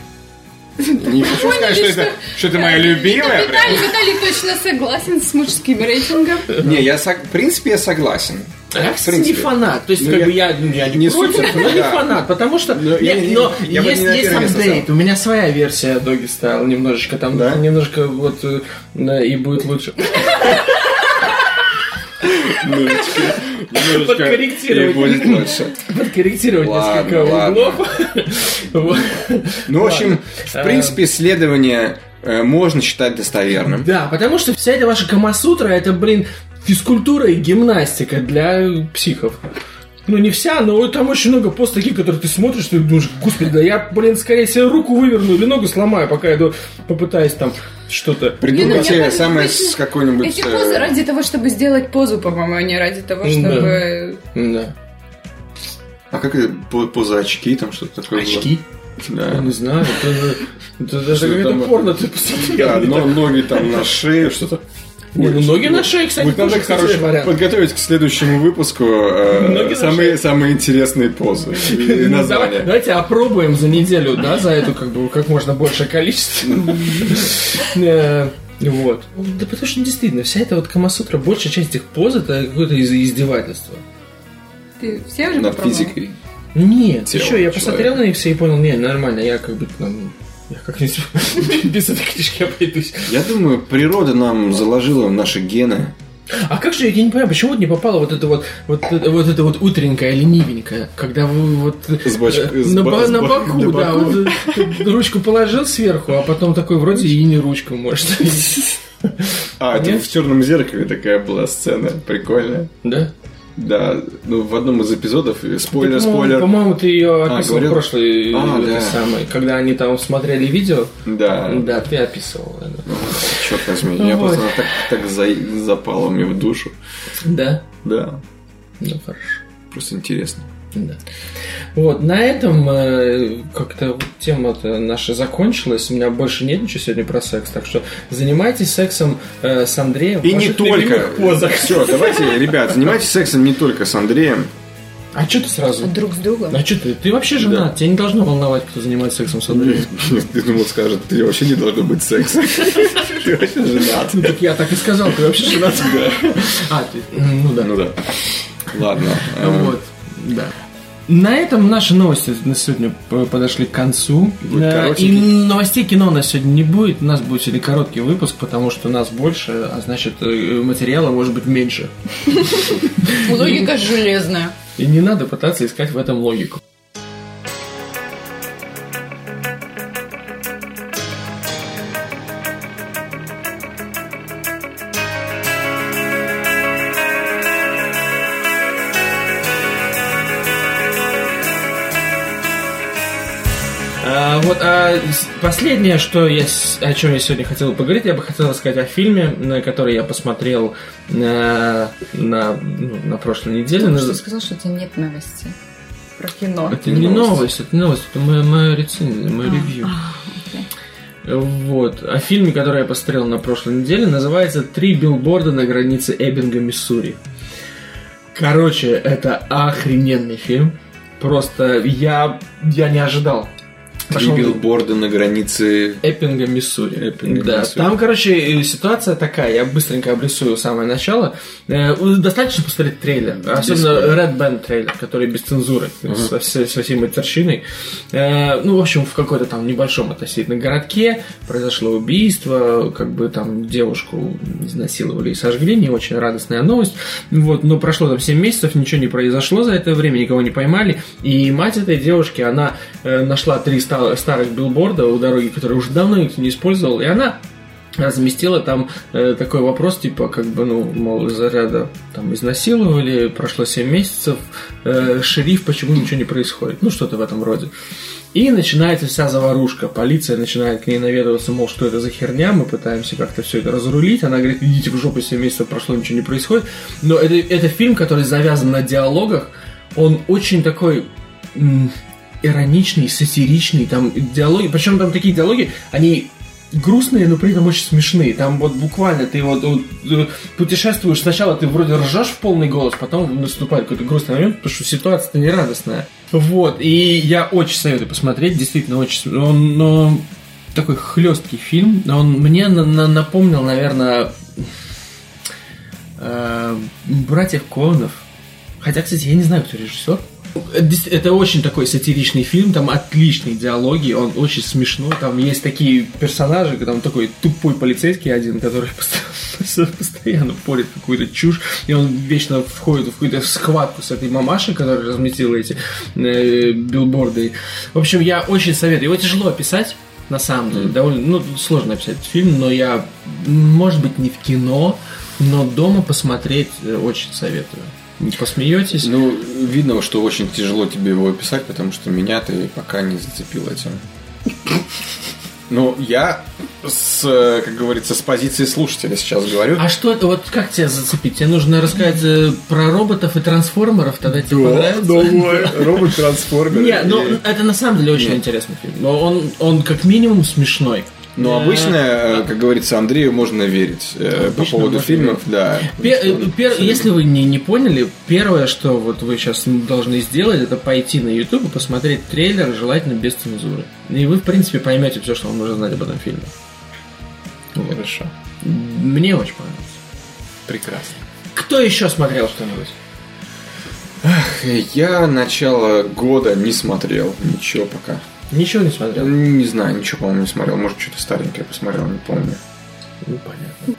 [SPEAKER 2] Не хочу сказать, что это, что это моя любимая. прям.
[SPEAKER 3] Виталий, Виталий точно согласен с мужским рейтингом.
[SPEAKER 2] Не, я сог- в принципе я согласен.
[SPEAKER 1] Я,
[SPEAKER 2] В
[SPEAKER 1] кстати, не
[SPEAKER 2] принципе.
[SPEAKER 1] фанат. То есть,
[SPEAKER 2] Ну,
[SPEAKER 1] как
[SPEAKER 2] я-
[SPEAKER 1] бы я, ну, я не,
[SPEAKER 2] не
[SPEAKER 1] против,
[SPEAKER 2] супер,
[SPEAKER 1] но не
[SPEAKER 2] да.
[SPEAKER 1] фанат, потому что
[SPEAKER 2] Но я
[SPEAKER 1] Нет,
[SPEAKER 2] не-
[SPEAKER 1] но
[SPEAKER 2] я бы
[SPEAKER 1] есть,
[SPEAKER 2] не на
[SPEAKER 1] есть
[SPEAKER 2] первое место
[SPEAKER 1] апдейт. У меня своя версия Доги Стайл немножечко там,
[SPEAKER 2] Да?
[SPEAKER 1] немножко вот э, да, и будет лучше.
[SPEAKER 2] Немножечко. немножечко,
[SPEAKER 1] Подкорректировать.
[SPEAKER 2] И будет лучше.
[SPEAKER 1] Подкорректировать
[SPEAKER 2] Ладно,
[SPEAKER 1] несколько
[SPEAKER 2] ладно.
[SPEAKER 1] углов. Вот.
[SPEAKER 2] Ну, в общем, в
[SPEAKER 1] Эм.
[SPEAKER 2] принципе, исследование э, можно считать
[SPEAKER 3] ну,
[SPEAKER 2] достоверным.
[SPEAKER 1] Да, потому что вся эта ваша Камасутра, это, блин, физкультура и гимнастика для психов. Ну, не вся, но там очень много пост таких, которые ты смотришь, ты думаешь, господи, да я, блин, скорее себе руку выверну или ногу сломаю, пока я иду, попытаюсь там что-то.
[SPEAKER 3] Блин, у меня
[SPEAKER 2] Придумайте самое
[SPEAKER 3] обычно
[SPEAKER 2] с какой-нибудь...
[SPEAKER 3] Эти
[SPEAKER 2] э,
[SPEAKER 3] позы ради того, чтобы сделать позу, по-моему, а не ради того,
[SPEAKER 1] Да.
[SPEAKER 3] чтобы...
[SPEAKER 1] Ну Да.
[SPEAKER 2] А как это по- поза очки, там что-то такое? было?
[SPEAKER 1] Очки? Ну,
[SPEAKER 2] Да.
[SPEAKER 1] Я не знаю, это, это даже
[SPEAKER 2] Что
[SPEAKER 1] какое-то
[SPEAKER 2] там?
[SPEAKER 1] порно ты посмотрел.
[SPEAKER 2] Да, но ноги там на шею, что-то.
[SPEAKER 1] Не, ну
[SPEAKER 2] Ой,
[SPEAKER 1] ноги
[SPEAKER 2] вот.
[SPEAKER 1] на шее, кстати,
[SPEAKER 2] Вот надо,
[SPEAKER 1] тоже хороший
[SPEAKER 2] короче,
[SPEAKER 1] вариант.
[SPEAKER 2] подготовить к следующему выпуску э,
[SPEAKER 1] Ноги на шее.
[SPEAKER 2] самые, самые интересные позы и, и
[SPEAKER 1] Ну, давай-
[SPEAKER 2] названия.
[SPEAKER 1] Давайте опробуем за неделю, да, за эту как бы как можно большее количество. Э, Вот. Да потому что действительно, вся эта вот Камасутра, большая часть их поз это какое-то из- издевательство. Ну,
[SPEAKER 3] Ты все уже
[SPEAKER 2] Над
[SPEAKER 3] попробовала?
[SPEAKER 2] физикой.
[SPEAKER 1] Нет, ты
[SPEAKER 2] Тело
[SPEAKER 1] что, я
[SPEAKER 2] человека.
[SPEAKER 1] посмотрел на них все и понял, не, нормально, я как бы там... Я как-нибудь без этой книжки обойдусь.
[SPEAKER 2] Я думаю, природа нам заложила в наши гены.
[SPEAKER 1] А как же, я не понимаю, почему вот не попала вот эта вот, вот, это- вот эта вот утренькая ленивенькая, когда вы вот э,
[SPEAKER 2] С бач-
[SPEAKER 1] э,
[SPEAKER 2] с
[SPEAKER 1] на,
[SPEAKER 2] ба-
[SPEAKER 1] ба-
[SPEAKER 2] с
[SPEAKER 1] на
[SPEAKER 2] ба-
[SPEAKER 1] боку,
[SPEAKER 2] на
[SPEAKER 1] да,
[SPEAKER 2] боку.
[SPEAKER 1] вот, э, ты ручку положил сверху, а потом такой вроде и не ручку, может.
[SPEAKER 2] А, это
[SPEAKER 1] Нет?
[SPEAKER 2] в черном зеркале такая была сцена. Прикольная.
[SPEAKER 1] Да?
[SPEAKER 2] Да, ну в одном из эпизодов, э, спойлер,
[SPEAKER 1] Ты, по-моему,
[SPEAKER 2] спойлер,
[SPEAKER 1] ну,
[SPEAKER 2] А,
[SPEAKER 1] По-моему, ты ее описывал в
[SPEAKER 2] говорил?
[SPEAKER 1] прошлой э,
[SPEAKER 2] А,
[SPEAKER 1] этой
[SPEAKER 2] да. А.
[SPEAKER 1] самой, когда они там смотрели видео.
[SPEAKER 2] да,
[SPEAKER 1] Да, ты описывал. наверное.
[SPEAKER 2] черт возьми, я
[SPEAKER 1] Вот.
[SPEAKER 2] просто она так, так за- запала мне в душу,
[SPEAKER 1] Да.
[SPEAKER 2] да,
[SPEAKER 1] Ну хорошо.
[SPEAKER 2] просто интересно.
[SPEAKER 1] Да. Вот, на этом э, как-то вот тема-то наша закончилась. У меня больше нет ничего сегодня про секс. Так что занимайтесь сексом э, с Андреем. в
[SPEAKER 2] И не
[SPEAKER 1] ваших
[SPEAKER 2] только.
[SPEAKER 1] любимых позах.
[SPEAKER 2] Все, давайте, ребят, занимайтесь сексом не только с Андреем.
[SPEAKER 1] А что ты сразу?
[SPEAKER 6] Друг с другом.
[SPEAKER 1] А что ты? Ты вообще женат. Тебя не должно волновать, кто занимается сексом с Андреем.
[SPEAKER 2] Ты думал, скажет, ты вообще не должно быть секса. Ты вообще женат.
[SPEAKER 1] Ну, так я так и сказал, ты вообще женат. А, ты, м, ну да.
[SPEAKER 2] Ну да. Ладно. э,
[SPEAKER 1] Вот, да. Эм, На этом наши новости на сегодня п- подошли к концу.
[SPEAKER 2] Будет
[SPEAKER 1] Э, И
[SPEAKER 2] коротенький.
[SPEAKER 1] новостей кино у нас сегодня не будет. У нас будет сегодня короткий выпуск, потому что нас больше, а значит э, материала может быть меньше.
[SPEAKER 6] Логика железная.
[SPEAKER 1] И не надо пытаться искать в этом логику. А, Вот, а с- последнее, что я, с- о чем я сегодня хотел бы поговорить, я бы хотел рассказать о фильме, на который я посмотрел э, на, ну, на прошлой неделе.
[SPEAKER 6] Потому
[SPEAKER 1] Наз-
[SPEAKER 6] что
[SPEAKER 2] ну.
[SPEAKER 6] Ты сказал, что у тебя нет новости про кино.
[SPEAKER 1] Это не новость, это не новость, это моя, моя рецензия, мое
[SPEAKER 6] А,
[SPEAKER 1] ревью.
[SPEAKER 6] а, окей.
[SPEAKER 1] Вот. О фильме, который я посмотрел на прошлой неделе, называется «Три билборда на границе Эббинга, Миссури». Короче, это охрененный фильм. Просто я, я не ожидал.
[SPEAKER 2] Три
[SPEAKER 1] Пошёл-
[SPEAKER 2] билборда на границе.
[SPEAKER 1] Эппинга, Миссури.
[SPEAKER 2] Эппинга,
[SPEAKER 1] да.
[SPEAKER 2] Миссури.
[SPEAKER 1] Там, короче, э, ситуация такая. Я быстренько обрисую самое начало. Э, у- Достаточно посмотреть трейлер. Особенно Red Band трейлер, который без цензуры. Со, всей- со всей матерщиной. Э, Ну, в общем, в какой-то там небольшом относительно городке произошло убийство. Как бы там девушку изнасиловали и сожгли. Не очень радостная новость. Вот, но прошло там 7 месяцев, ничего не произошло за это время, никого не поймали. И мать этой девушки, она э, нашла три ста- старых билборда у дороги, которые уже давно никто не использовал, и она разместила там э, такой вопрос, типа, как бы, ну, мол, из заряда там изнасиловали, прошло 7 месяцев, э, шериф, почему ничего не происходит? Ну, что-то в этом роде. И начинается вся заварушка. Полиция начинает к ней наведываться, мол, что это за херня, мы пытаемся как-то все это разрулить. Она говорит, идите в жопу, 7 месяцев прошло, ничего не происходит. Но это, это фильм, который завязан на диалогах, он очень такой м, ироничный, сатиричный, там диалоги, причем там такие диалоги, они грустные, но при этом очень смешные. Там вот буквально ты вот, вот, э, путешествуешь, сначала ты вроде ржешь в полный голос, потом наступает какой-то грустный момент, потому что ситуация-то нерадостная. Вот, и я очень советую посмотреть, действительно очень... см- Он, он такой хлесткий фильм, он мне на- на- напомнил, наверное, э, братьев Коунов. Хотя, кстати, я не знаю, кто режиссер. Дес- Это очень такой сатиричный фильм, там отличные диалоги, он очень смешной, там есть такие персонажи, там такой тупой полицейский один, который постоянно, постоянно порит какую-то чушь, и он вечно входит в какую-то схватку с этой мамашей, которая разметила эти э, билборды. В общем, я очень советую, его тяжело описать, на самом деле, довольно, ну, сложно описать этот фильм, но я, м, может быть, не в кино, но дома посмотреть э, очень советую. Посмеетесь.
[SPEAKER 2] Ну, видно, что очень тяжело тебе его описать, потому что меня ты пока не зацепил этим. Ну, я, с, э, как говорится, с позиции слушателя сейчас говорю.
[SPEAKER 1] А что это, вот как тебя зацепить? Тебе нужно рассказать э, про роботов и трансформеров, тогда тебе понравится. ну,
[SPEAKER 2] робот-трансформер.
[SPEAKER 1] Не, ну это на самом деле очень интересный фильм. Но он, он как минимум смешной.
[SPEAKER 2] Но
[SPEAKER 1] Да.
[SPEAKER 2] обычно, э, как говорится, Андрею можно верить э, по
[SPEAKER 1] Обычно
[SPEAKER 2] поводу
[SPEAKER 1] можно
[SPEAKER 2] фильмов, да.
[SPEAKER 1] Пе- э, пер- если вы не, не поняли, первое, что вот вы сейчас должны сделать, это пойти на YouTube и посмотреть трейлер, желательно без цензуры. И вы, в принципе, поймете все, что вам нужно знать об этом фильме.
[SPEAKER 2] Ну,
[SPEAKER 1] Вот.
[SPEAKER 7] Хорошо.
[SPEAKER 1] Мне очень понравилось.
[SPEAKER 7] Прекрасно.
[SPEAKER 1] Кто еще смотрел что-нибудь?
[SPEAKER 2] Я начало года не смотрел ничего пока.
[SPEAKER 1] Ничего не
[SPEAKER 2] Я
[SPEAKER 1] смотрел.
[SPEAKER 2] не знаю, ничего, по-моему, не смотрел. Может, что-то старенькое посмотрел, не помню.
[SPEAKER 1] Ну, понятно.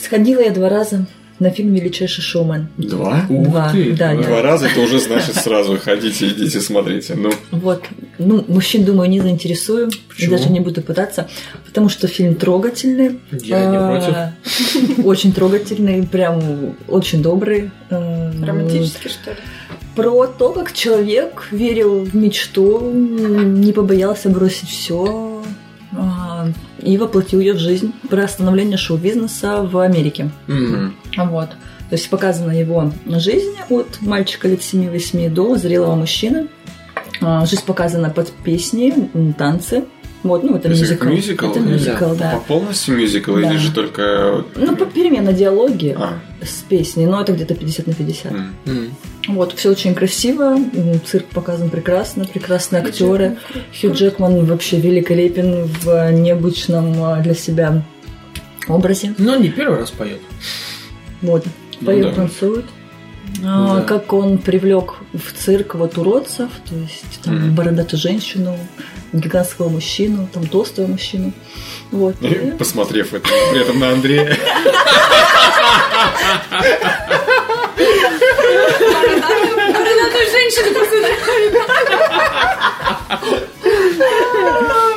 [SPEAKER 4] Сходила я два раза на фильм «Величайший шоумен».
[SPEAKER 2] Два?
[SPEAKER 4] Два,
[SPEAKER 1] Ух ты.
[SPEAKER 4] да, да.
[SPEAKER 2] Два раза это уже значит сразу ходите, идите, смотрите. Ну,
[SPEAKER 4] Вот. Ну, мужчин, думаю, не заинтересую.
[SPEAKER 1] Почему?
[SPEAKER 4] Даже не буду пытаться. Потому что фильм трогательный.
[SPEAKER 1] Я не против.
[SPEAKER 4] против. Э, Очень трогательный, прям очень добрый.
[SPEAKER 2] ну.
[SPEAKER 4] Эм,
[SPEAKER 3] Романтически, что ли?
[SPEAKER 4] Про то, как человек верил в мечту, м, не побоялся бросить все и воплотил ее в жизнь. Про становление шоу-бизнеса в Америке.
[SPEAKER 1] Мгм.
[SPEAKER 6] Вот.
[SPEAKER 4] То есть показана его жизнь от мальчика лет 7-8 до зрелого мужчины. А, Жизнь показана под песни, м, танцы. Вот, ну, это
[SPEAKER 2] Если
[SPEAKER 4] мюзикл.
[SPEAKER 2] как мюзикл,
[SPEAKER 4] Это
[SPEAKER 2] да.
[SPEAKER 4] мюзикл,
[SPEAKER 2] по
[SPEAKER 4] да.
[SPEAKER 2] полностью мюзикл
[SPEAKER 4] Да.
[SPEAKER 2] или же только...
[SPEAKER 4] Ну, попеременно диалоги
[SPEAKER 2] А,
[SPEAKER 4] с песней, но это где-то 50 на 50.
[SPEAKER 2] м.
[SPEAKER 1] Мгм.
[SPEAKER 4] Вот, все очень красиво, м, цирк показан прекрасно, прекрасные актеры. Хью Джекман вообще великолепен в необычном а, для себя образе.
[SPEAKER 1] Но не первый раз поет.
[SPEAKER 4] Вот.
[SPEAKER 2] Ну
[SPEAKER 4] Поет,
[SPEAKER 2] да. Ну
[SPEAKER 4] танцует. А,
[SPEAKER 1] Да.
[SPEAKER 4] Как он привлек в цирк вот уродцев, то есть там
[SPEAKER 2] Мгм.
[SPEAKER 4] бородатую женщину, гигантского мужчину, там толстого мужчину. Вот.
[SPEAKER 2] И,
[SPEAKER 4] И-
[SPEAKER 2] Посмотрев это, при этом на Андрея.
[SPEAKER 3] Бородатую женщину посмотрела.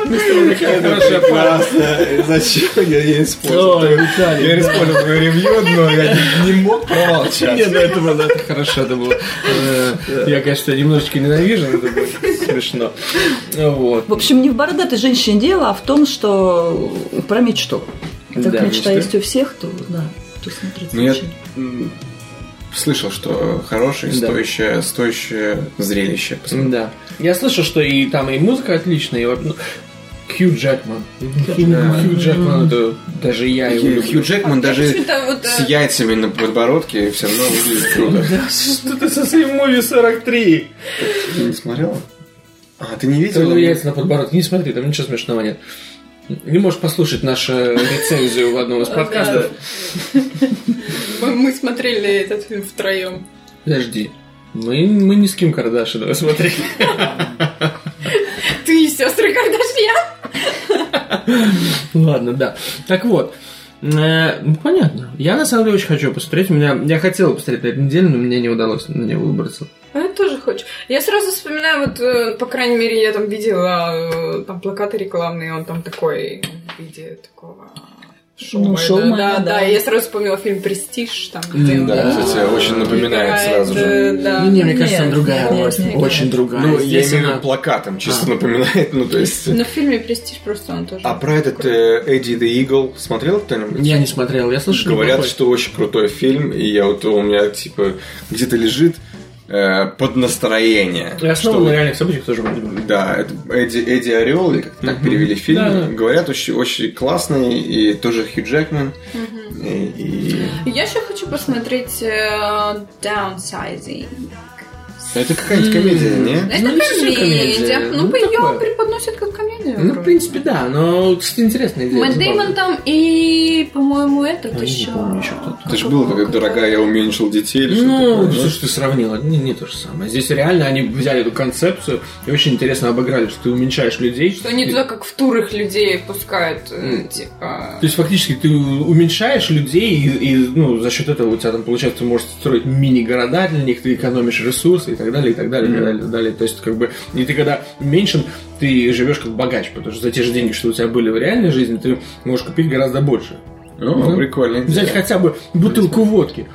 [SPEAKER 1] Хорошая пара.
[SPEAKER 2] Прекрасно. Зачем? Я не
[SPEAKER 1] Ой,
[SPEAKER 2] использовал.
[SPEAKER 1] Виталий.
[SPEAKER 2] Я использовал твое ревью, но я не- не мог промолчать.
[SPEAKER 1] Не, ну это было это хорошо, это было. Э, Я, конечно, немножечко ненавижу, но это было смешно. Вот.
[SPEAKER 4] В общем, не в бородатой женщине дело, а в том, что про мечту. Так
[SPEAKER 1] Да,
[SPEAKER 4] мечта
[SPEAKER 2] мечты.
[SPEAKER 4] есть у всех, то да, то смотрит
[SPEAKER 2] Ну, я-
[SPEAKER 4] очень.
[SPEAKER 2] М, Слышал, что хорошее,
[SPEAKER 1] Да.
[SPEAKER 2] стоящее, стоящее зрелище.
[SPEAKER 1] Да. Я слышал, что и там и музыка отличная, и вот, ну, Хью Джекман.
[SPEAKER 2] Да.
[SPEAKER 1] Хью Джекман, это даже я его
[SPEAKER 2] Хью Хью
[SPEAKER 1] люблю.
[SPEAKER 2] Джекман даже
[SPEAKER 3] Почему-то вот...
[SPEAKER 2] с
[SPEAKER 3] э,
[SPEAKER 2] яйцами на подбородке все равно выглядит круто.
[SPEAKER 1] Что ты со своим муви 43?
[SPEAKER 2] Ты не смотрела? А, ты не
[SPEAKER 1] Твои
[SPEAKER 2] видела?
[SPEAKER 1] яйца на подбородке. Не смотри, там ничего смешного нет. Не можешь послушать нашу рецензию в одном из подкастов.
[SPEAKER 3] э, Мы мы смотрели этот фильм втроем.
[SPEAKER 1] Подожди. Мы, мы ни с кем Кардашиновой смотрели.
[SPEAKER 3] Ты и сестры Кардашьян.
[SPEAKER 1] Ладно, да. Так вот. Э, Ну, понятно. Я на самом деле очень хочу посмотреть. У меня, я хотел посмотреть на этой неделе, но мне не удалось на нее выбраться.
[SPEAKER 3] А я тоже хочу. Я сразу вспоминаю, вот, э, по крайней мере, я там видела э, там плакаты рекламные, он там такой в виде такого шоумена.
[SPEAKER 2] Ну,
[SPEAKER 4] шоумена,
[SPEAKER 3] да, да,
[SPEAKER 4] да.
[SPEAKER 3] И я сразу вспомнила фильм «Престиж», там, где он,
[SPEAKER 2] Да,
[SPEAKER 3] э,
[SPEAKER 2] кстати, очень напоминает
[SPEAKER 3] играет,
[SPEAKER 2] сразу же.
[SPEAKER 3] э, Да.
[SPEAKER 1] Ну, не, мне кажется, там
[SPEAKER 4] Нет,
[SPEAKER 1] другая
[SPEAKER 4] нет,
[SPEAKER 1] роль.
[SPEAKER 4] нет,
[SPEAKER 1] Очень
[SPEAKER 4] нет.
[SPEAKER 1] другая.
[SPEAKER 2] Ну, я
[SPEAKER 1] Здесь
[SPEAKER 2] имею в
[SPEAKER 1] она-
[SPEAKER 2] виду плакатом, чисто
[SPEAKER 1] А.
[SPEAKER 2] напоминает, ну то есть...
[SPEAKER 3] Но в фильме «Престиж» просто он тоже.
[SPEAKER 2] А про этот э, Эдди the Eagle смотрел кто-нибудь?
[SPEAKER 1] Я не смотрел, я слышал.
[SPEAKER 2] Говорят,
[SPEAKER 1] плохой.
[SPEAKER 2] что очень крутой фильм, и я вот у меня типа где-то лежит э, под настроение.
[SPEAKER 1] Я
[SPEAKER 2] Что
[SPEAKER 1] снова
[SPEAKER 2] вот-
[SPEAKER 1] на реальных событиях тоже вроде бы.
[SPEAKER 2] Да, это Эдди, Эдди Орел, или как так
[SPEAKER 1] Мгм.
[SPEAKER 2] перевели фильм.
[SPEAKER 1] Да.
[SPEAKER 2] Говорят, очень, очень классный, и тоже Хью Джекман.
[SPEAKER 3] Мгм.
[SPEAKER 2] И, и-
[SPEAKER 3] Я еще хочу посмотреть э, «Downsizing».
[SPEAKER 2] Это какая-нибудь комедия, не?
[SPEAKER 3] Это
[SPEAKER 1] Ну, это же комедия.
[SPEAKER 3] комедия. Ну,
[SPEAKER 1] Ну, такое.
[SPEAKER 3] ее преподносят как комедию.
[SPEAKER 1] Ну, в
[SPEAKER 3] вроде.
[SPEAKER 1] принципе, да, но, кстати, интересная идея. Типа,
[SPEAKER 3] Мэтт
[SPEAKER 1] забавная.
[SPEAKER 3] Дэймон там и, по-моему, этот
[SPEAKER 1] Я не
[SPEAKER 3] еще.
[SPEAKER 1] помню еще кто-то.
[SPEAKER 2] Это же было, как дорогая, я уменьшил детей. или что-то
[SPEAKER 1] Ну,
[SPEAKER 2] такое, да?
[SPEAKER 1] все, что ты сравнила, не, не то же самое. Здесь реально они взяли эту концепцию и очень интересно обыграли, что ты уменьшаешь людей.
[SPEAKER 3] Что они
[SPEAKER 1] И-
[SPEAKER 3] туда как в турах людей пускают, э,
[SPEAKER 1] М.
[SPEAKER 3] типа...
[SPEAKER 1] То есть фактически ты уменьшаешь людей, и, и, ну, за счет этого у тебя там получается ты можешь строить мини-города для них, ты экономишь ресурсы и так далее, и так далее, и так далее, и так далее. То есть, как бы, и ты когда меньшим, ты живешь как богач, потому что за те же деньги, что у тебя были в реальной жизни, ты можешь купить гораздо больше.
[SPEAKER 2] Ну,
[SPEAKER 1] Да.
[SPEAKER 2] прикольно.
[SPEAKER 1] Взять хотя бы бутылку водки.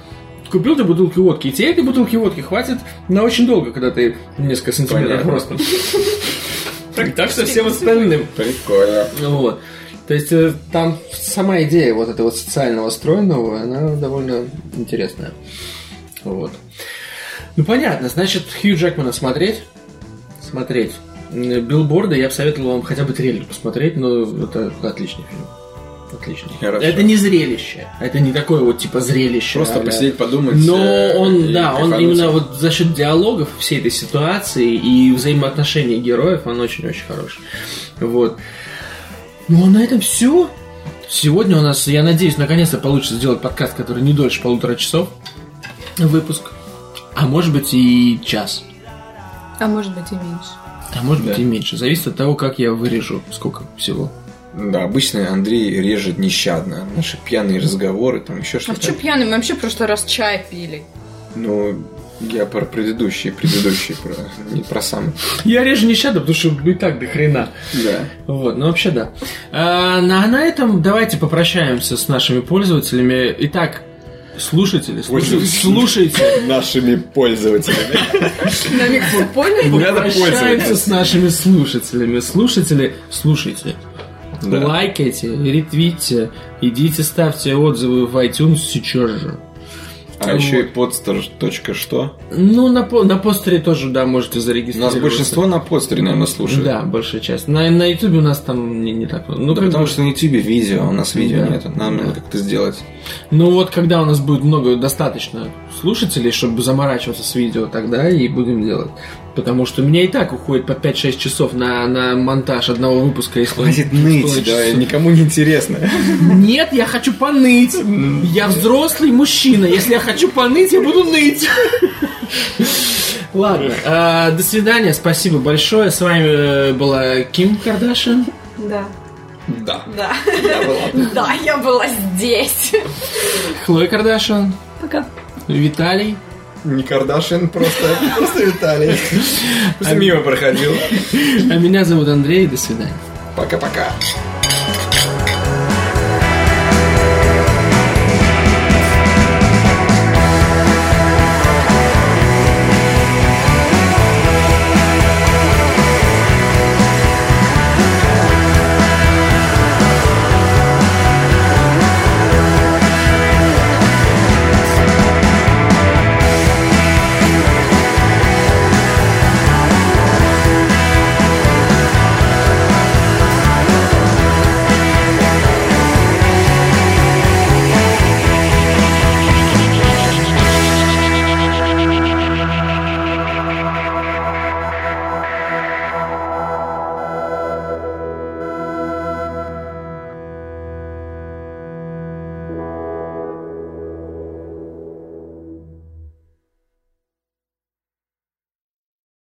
[SPEAKER 1] Купил ты бутылки водки, и тебе этой бутылки водки хватит на очень долго, когда ты несколько сантиметров
[SPEAKER 2] Понятно.
[SPEAKER 1] ростом. Так, так со всем остальным.
[SPEAKER 2] Прикольно.
[SPEAKER 1] Вот. То есть э, там сама идея вот этого социального стройного, она довольно интересная. Вот. Ну понятно, значит, Хью Джекмана смотреть. Смотреть. билборда я бы советовал вам хотя бы трейлер посмотреть, но это отличный фильм. Отличный.
[SPEAKER 2] Хорошо.
[SPEAKER 1] Это не зрелище. Это не такое вот типа зрелище.
[SPEAKER 2] Просто
[SPEAKER 1] а-ля.
[SPEAKER 2] посидеть, подумать.
[SPEAKER 1] Но
[SPEAKER 2] э,
[SPEAKER 1] он,
[SPEAKER 2] и
[SPEAKER 1] да, он
[SPEAKER 2] кайфануть.
[SPEAKER 1] именно вот за счет диалогов всей этой ситуации и взаимоотношений героев, он очень-очень хороший. Вот. Ну а на этом все. Сегодня у нас, я надеюсь, наконец-то получится сделать подкаст, который не дольше полутора часов. Выпуск. А может быть и час.
[SPEAKER 3] А может быть и меньше.
[SPEAKER 1] А может быть и меньше. Зависит от того, как я вырежу, сколько всего.
[SPEAKER 5] Да, обычно Андрей режет нещадно. Наши пьяные разговоры, там еще
[SPEAKER 3] А
[SPEAKER 5] что-то.
[SPEAKER 3] в чем пьяный? Мы вообще в прошлый раз чай пили.
[SPEAKER 5] Ну, я про предыдущие, предыдущие, про, не про самые.
[SPEAKER 1] Я режу нещадно, потому что и так до хрена.
[SPEAKER 5] Да.
[SPEAKER 1] Вот, ну вообще да. А, на, на этом давайте попрощаемся с нашими пользователями. Итак, слушатели, слушайте,
[SPEAKER 2] Пользователи.
[SPEAKER 1] слушайте.
[SPEAKER 2] Нашими пользователями.
[SPEAKER 3] На миксу Ну, поняли?
[SPEAKER 1] Попрощаемся с нашими слушателями. Слушатели, слушайте.
[SPEAKER 2] Да.
[SPEAKER 1] Лайкайте, ретвитьте, идите, ставьте отзывы в iTunes сейчас же.
[SPEAKER 2] А еще и подстер точка что?
[SPEAKER 1] Ну, на, по- на постере тоже, да, можете
[SPEAKER 2] У нас
[SPEAKER 1] зарегистрироваться.
[SPEAKER 2] большинство на подстере, наверное, слушает.
[SPEAKER 1] Да, большая часть. На, на YouTube у нас там не, не так много. Ну,
[SPEAKER 2] Да
[SPEAKER 1] как
[SPEAKER 2] потому
[SPEAKER 1] бы-
[SPEAKER 2] что на YouTube видео, а у нас видео
[SPEAKER 1] Да.
[SPEAKER 2] нет. Нам надо как-то сделать.
[SPEAKER 1] Ну вот, когда у нас будет много достаточно слушателей, чтобы заморачиваться с видео, тогда и будем делать. Потому что у меня и так уходит по 5-6 часов на, на монтаж одного выпуска. Если он
[SPEAKER 2] Хватит
[SPEAKER 1] полчаса.
[SPEAKER 2] ныть, да, никому не интересно.
[SPEAKER 1] Нет, я хочу поныть.
[SPEAKER 2] Ну,
[SPEAKER 1] Я взрослый мужчина. Если я хочу поныть, я буду ныть. Ладно, а, до свидания, спасибо большое. С вами э, была Ким Кардашин.
[SPEAKER 3] Да.
[SPEAKER 2] Да.
[SPEAKER 3] Да. Да, я была здесь.
[SPEAKER 1] Хлоя Кардашин.
[SPEAKER 4] Пока.
[SPEAKER 1] Виталий.
[SPEAKER 2] Не Кардашин, просто, просто Виталий. Просто мимо проходил.
[SPEAKER 1] А меня зовут Андрей. До свидания.
[SPEAKER 2] Пока-пока.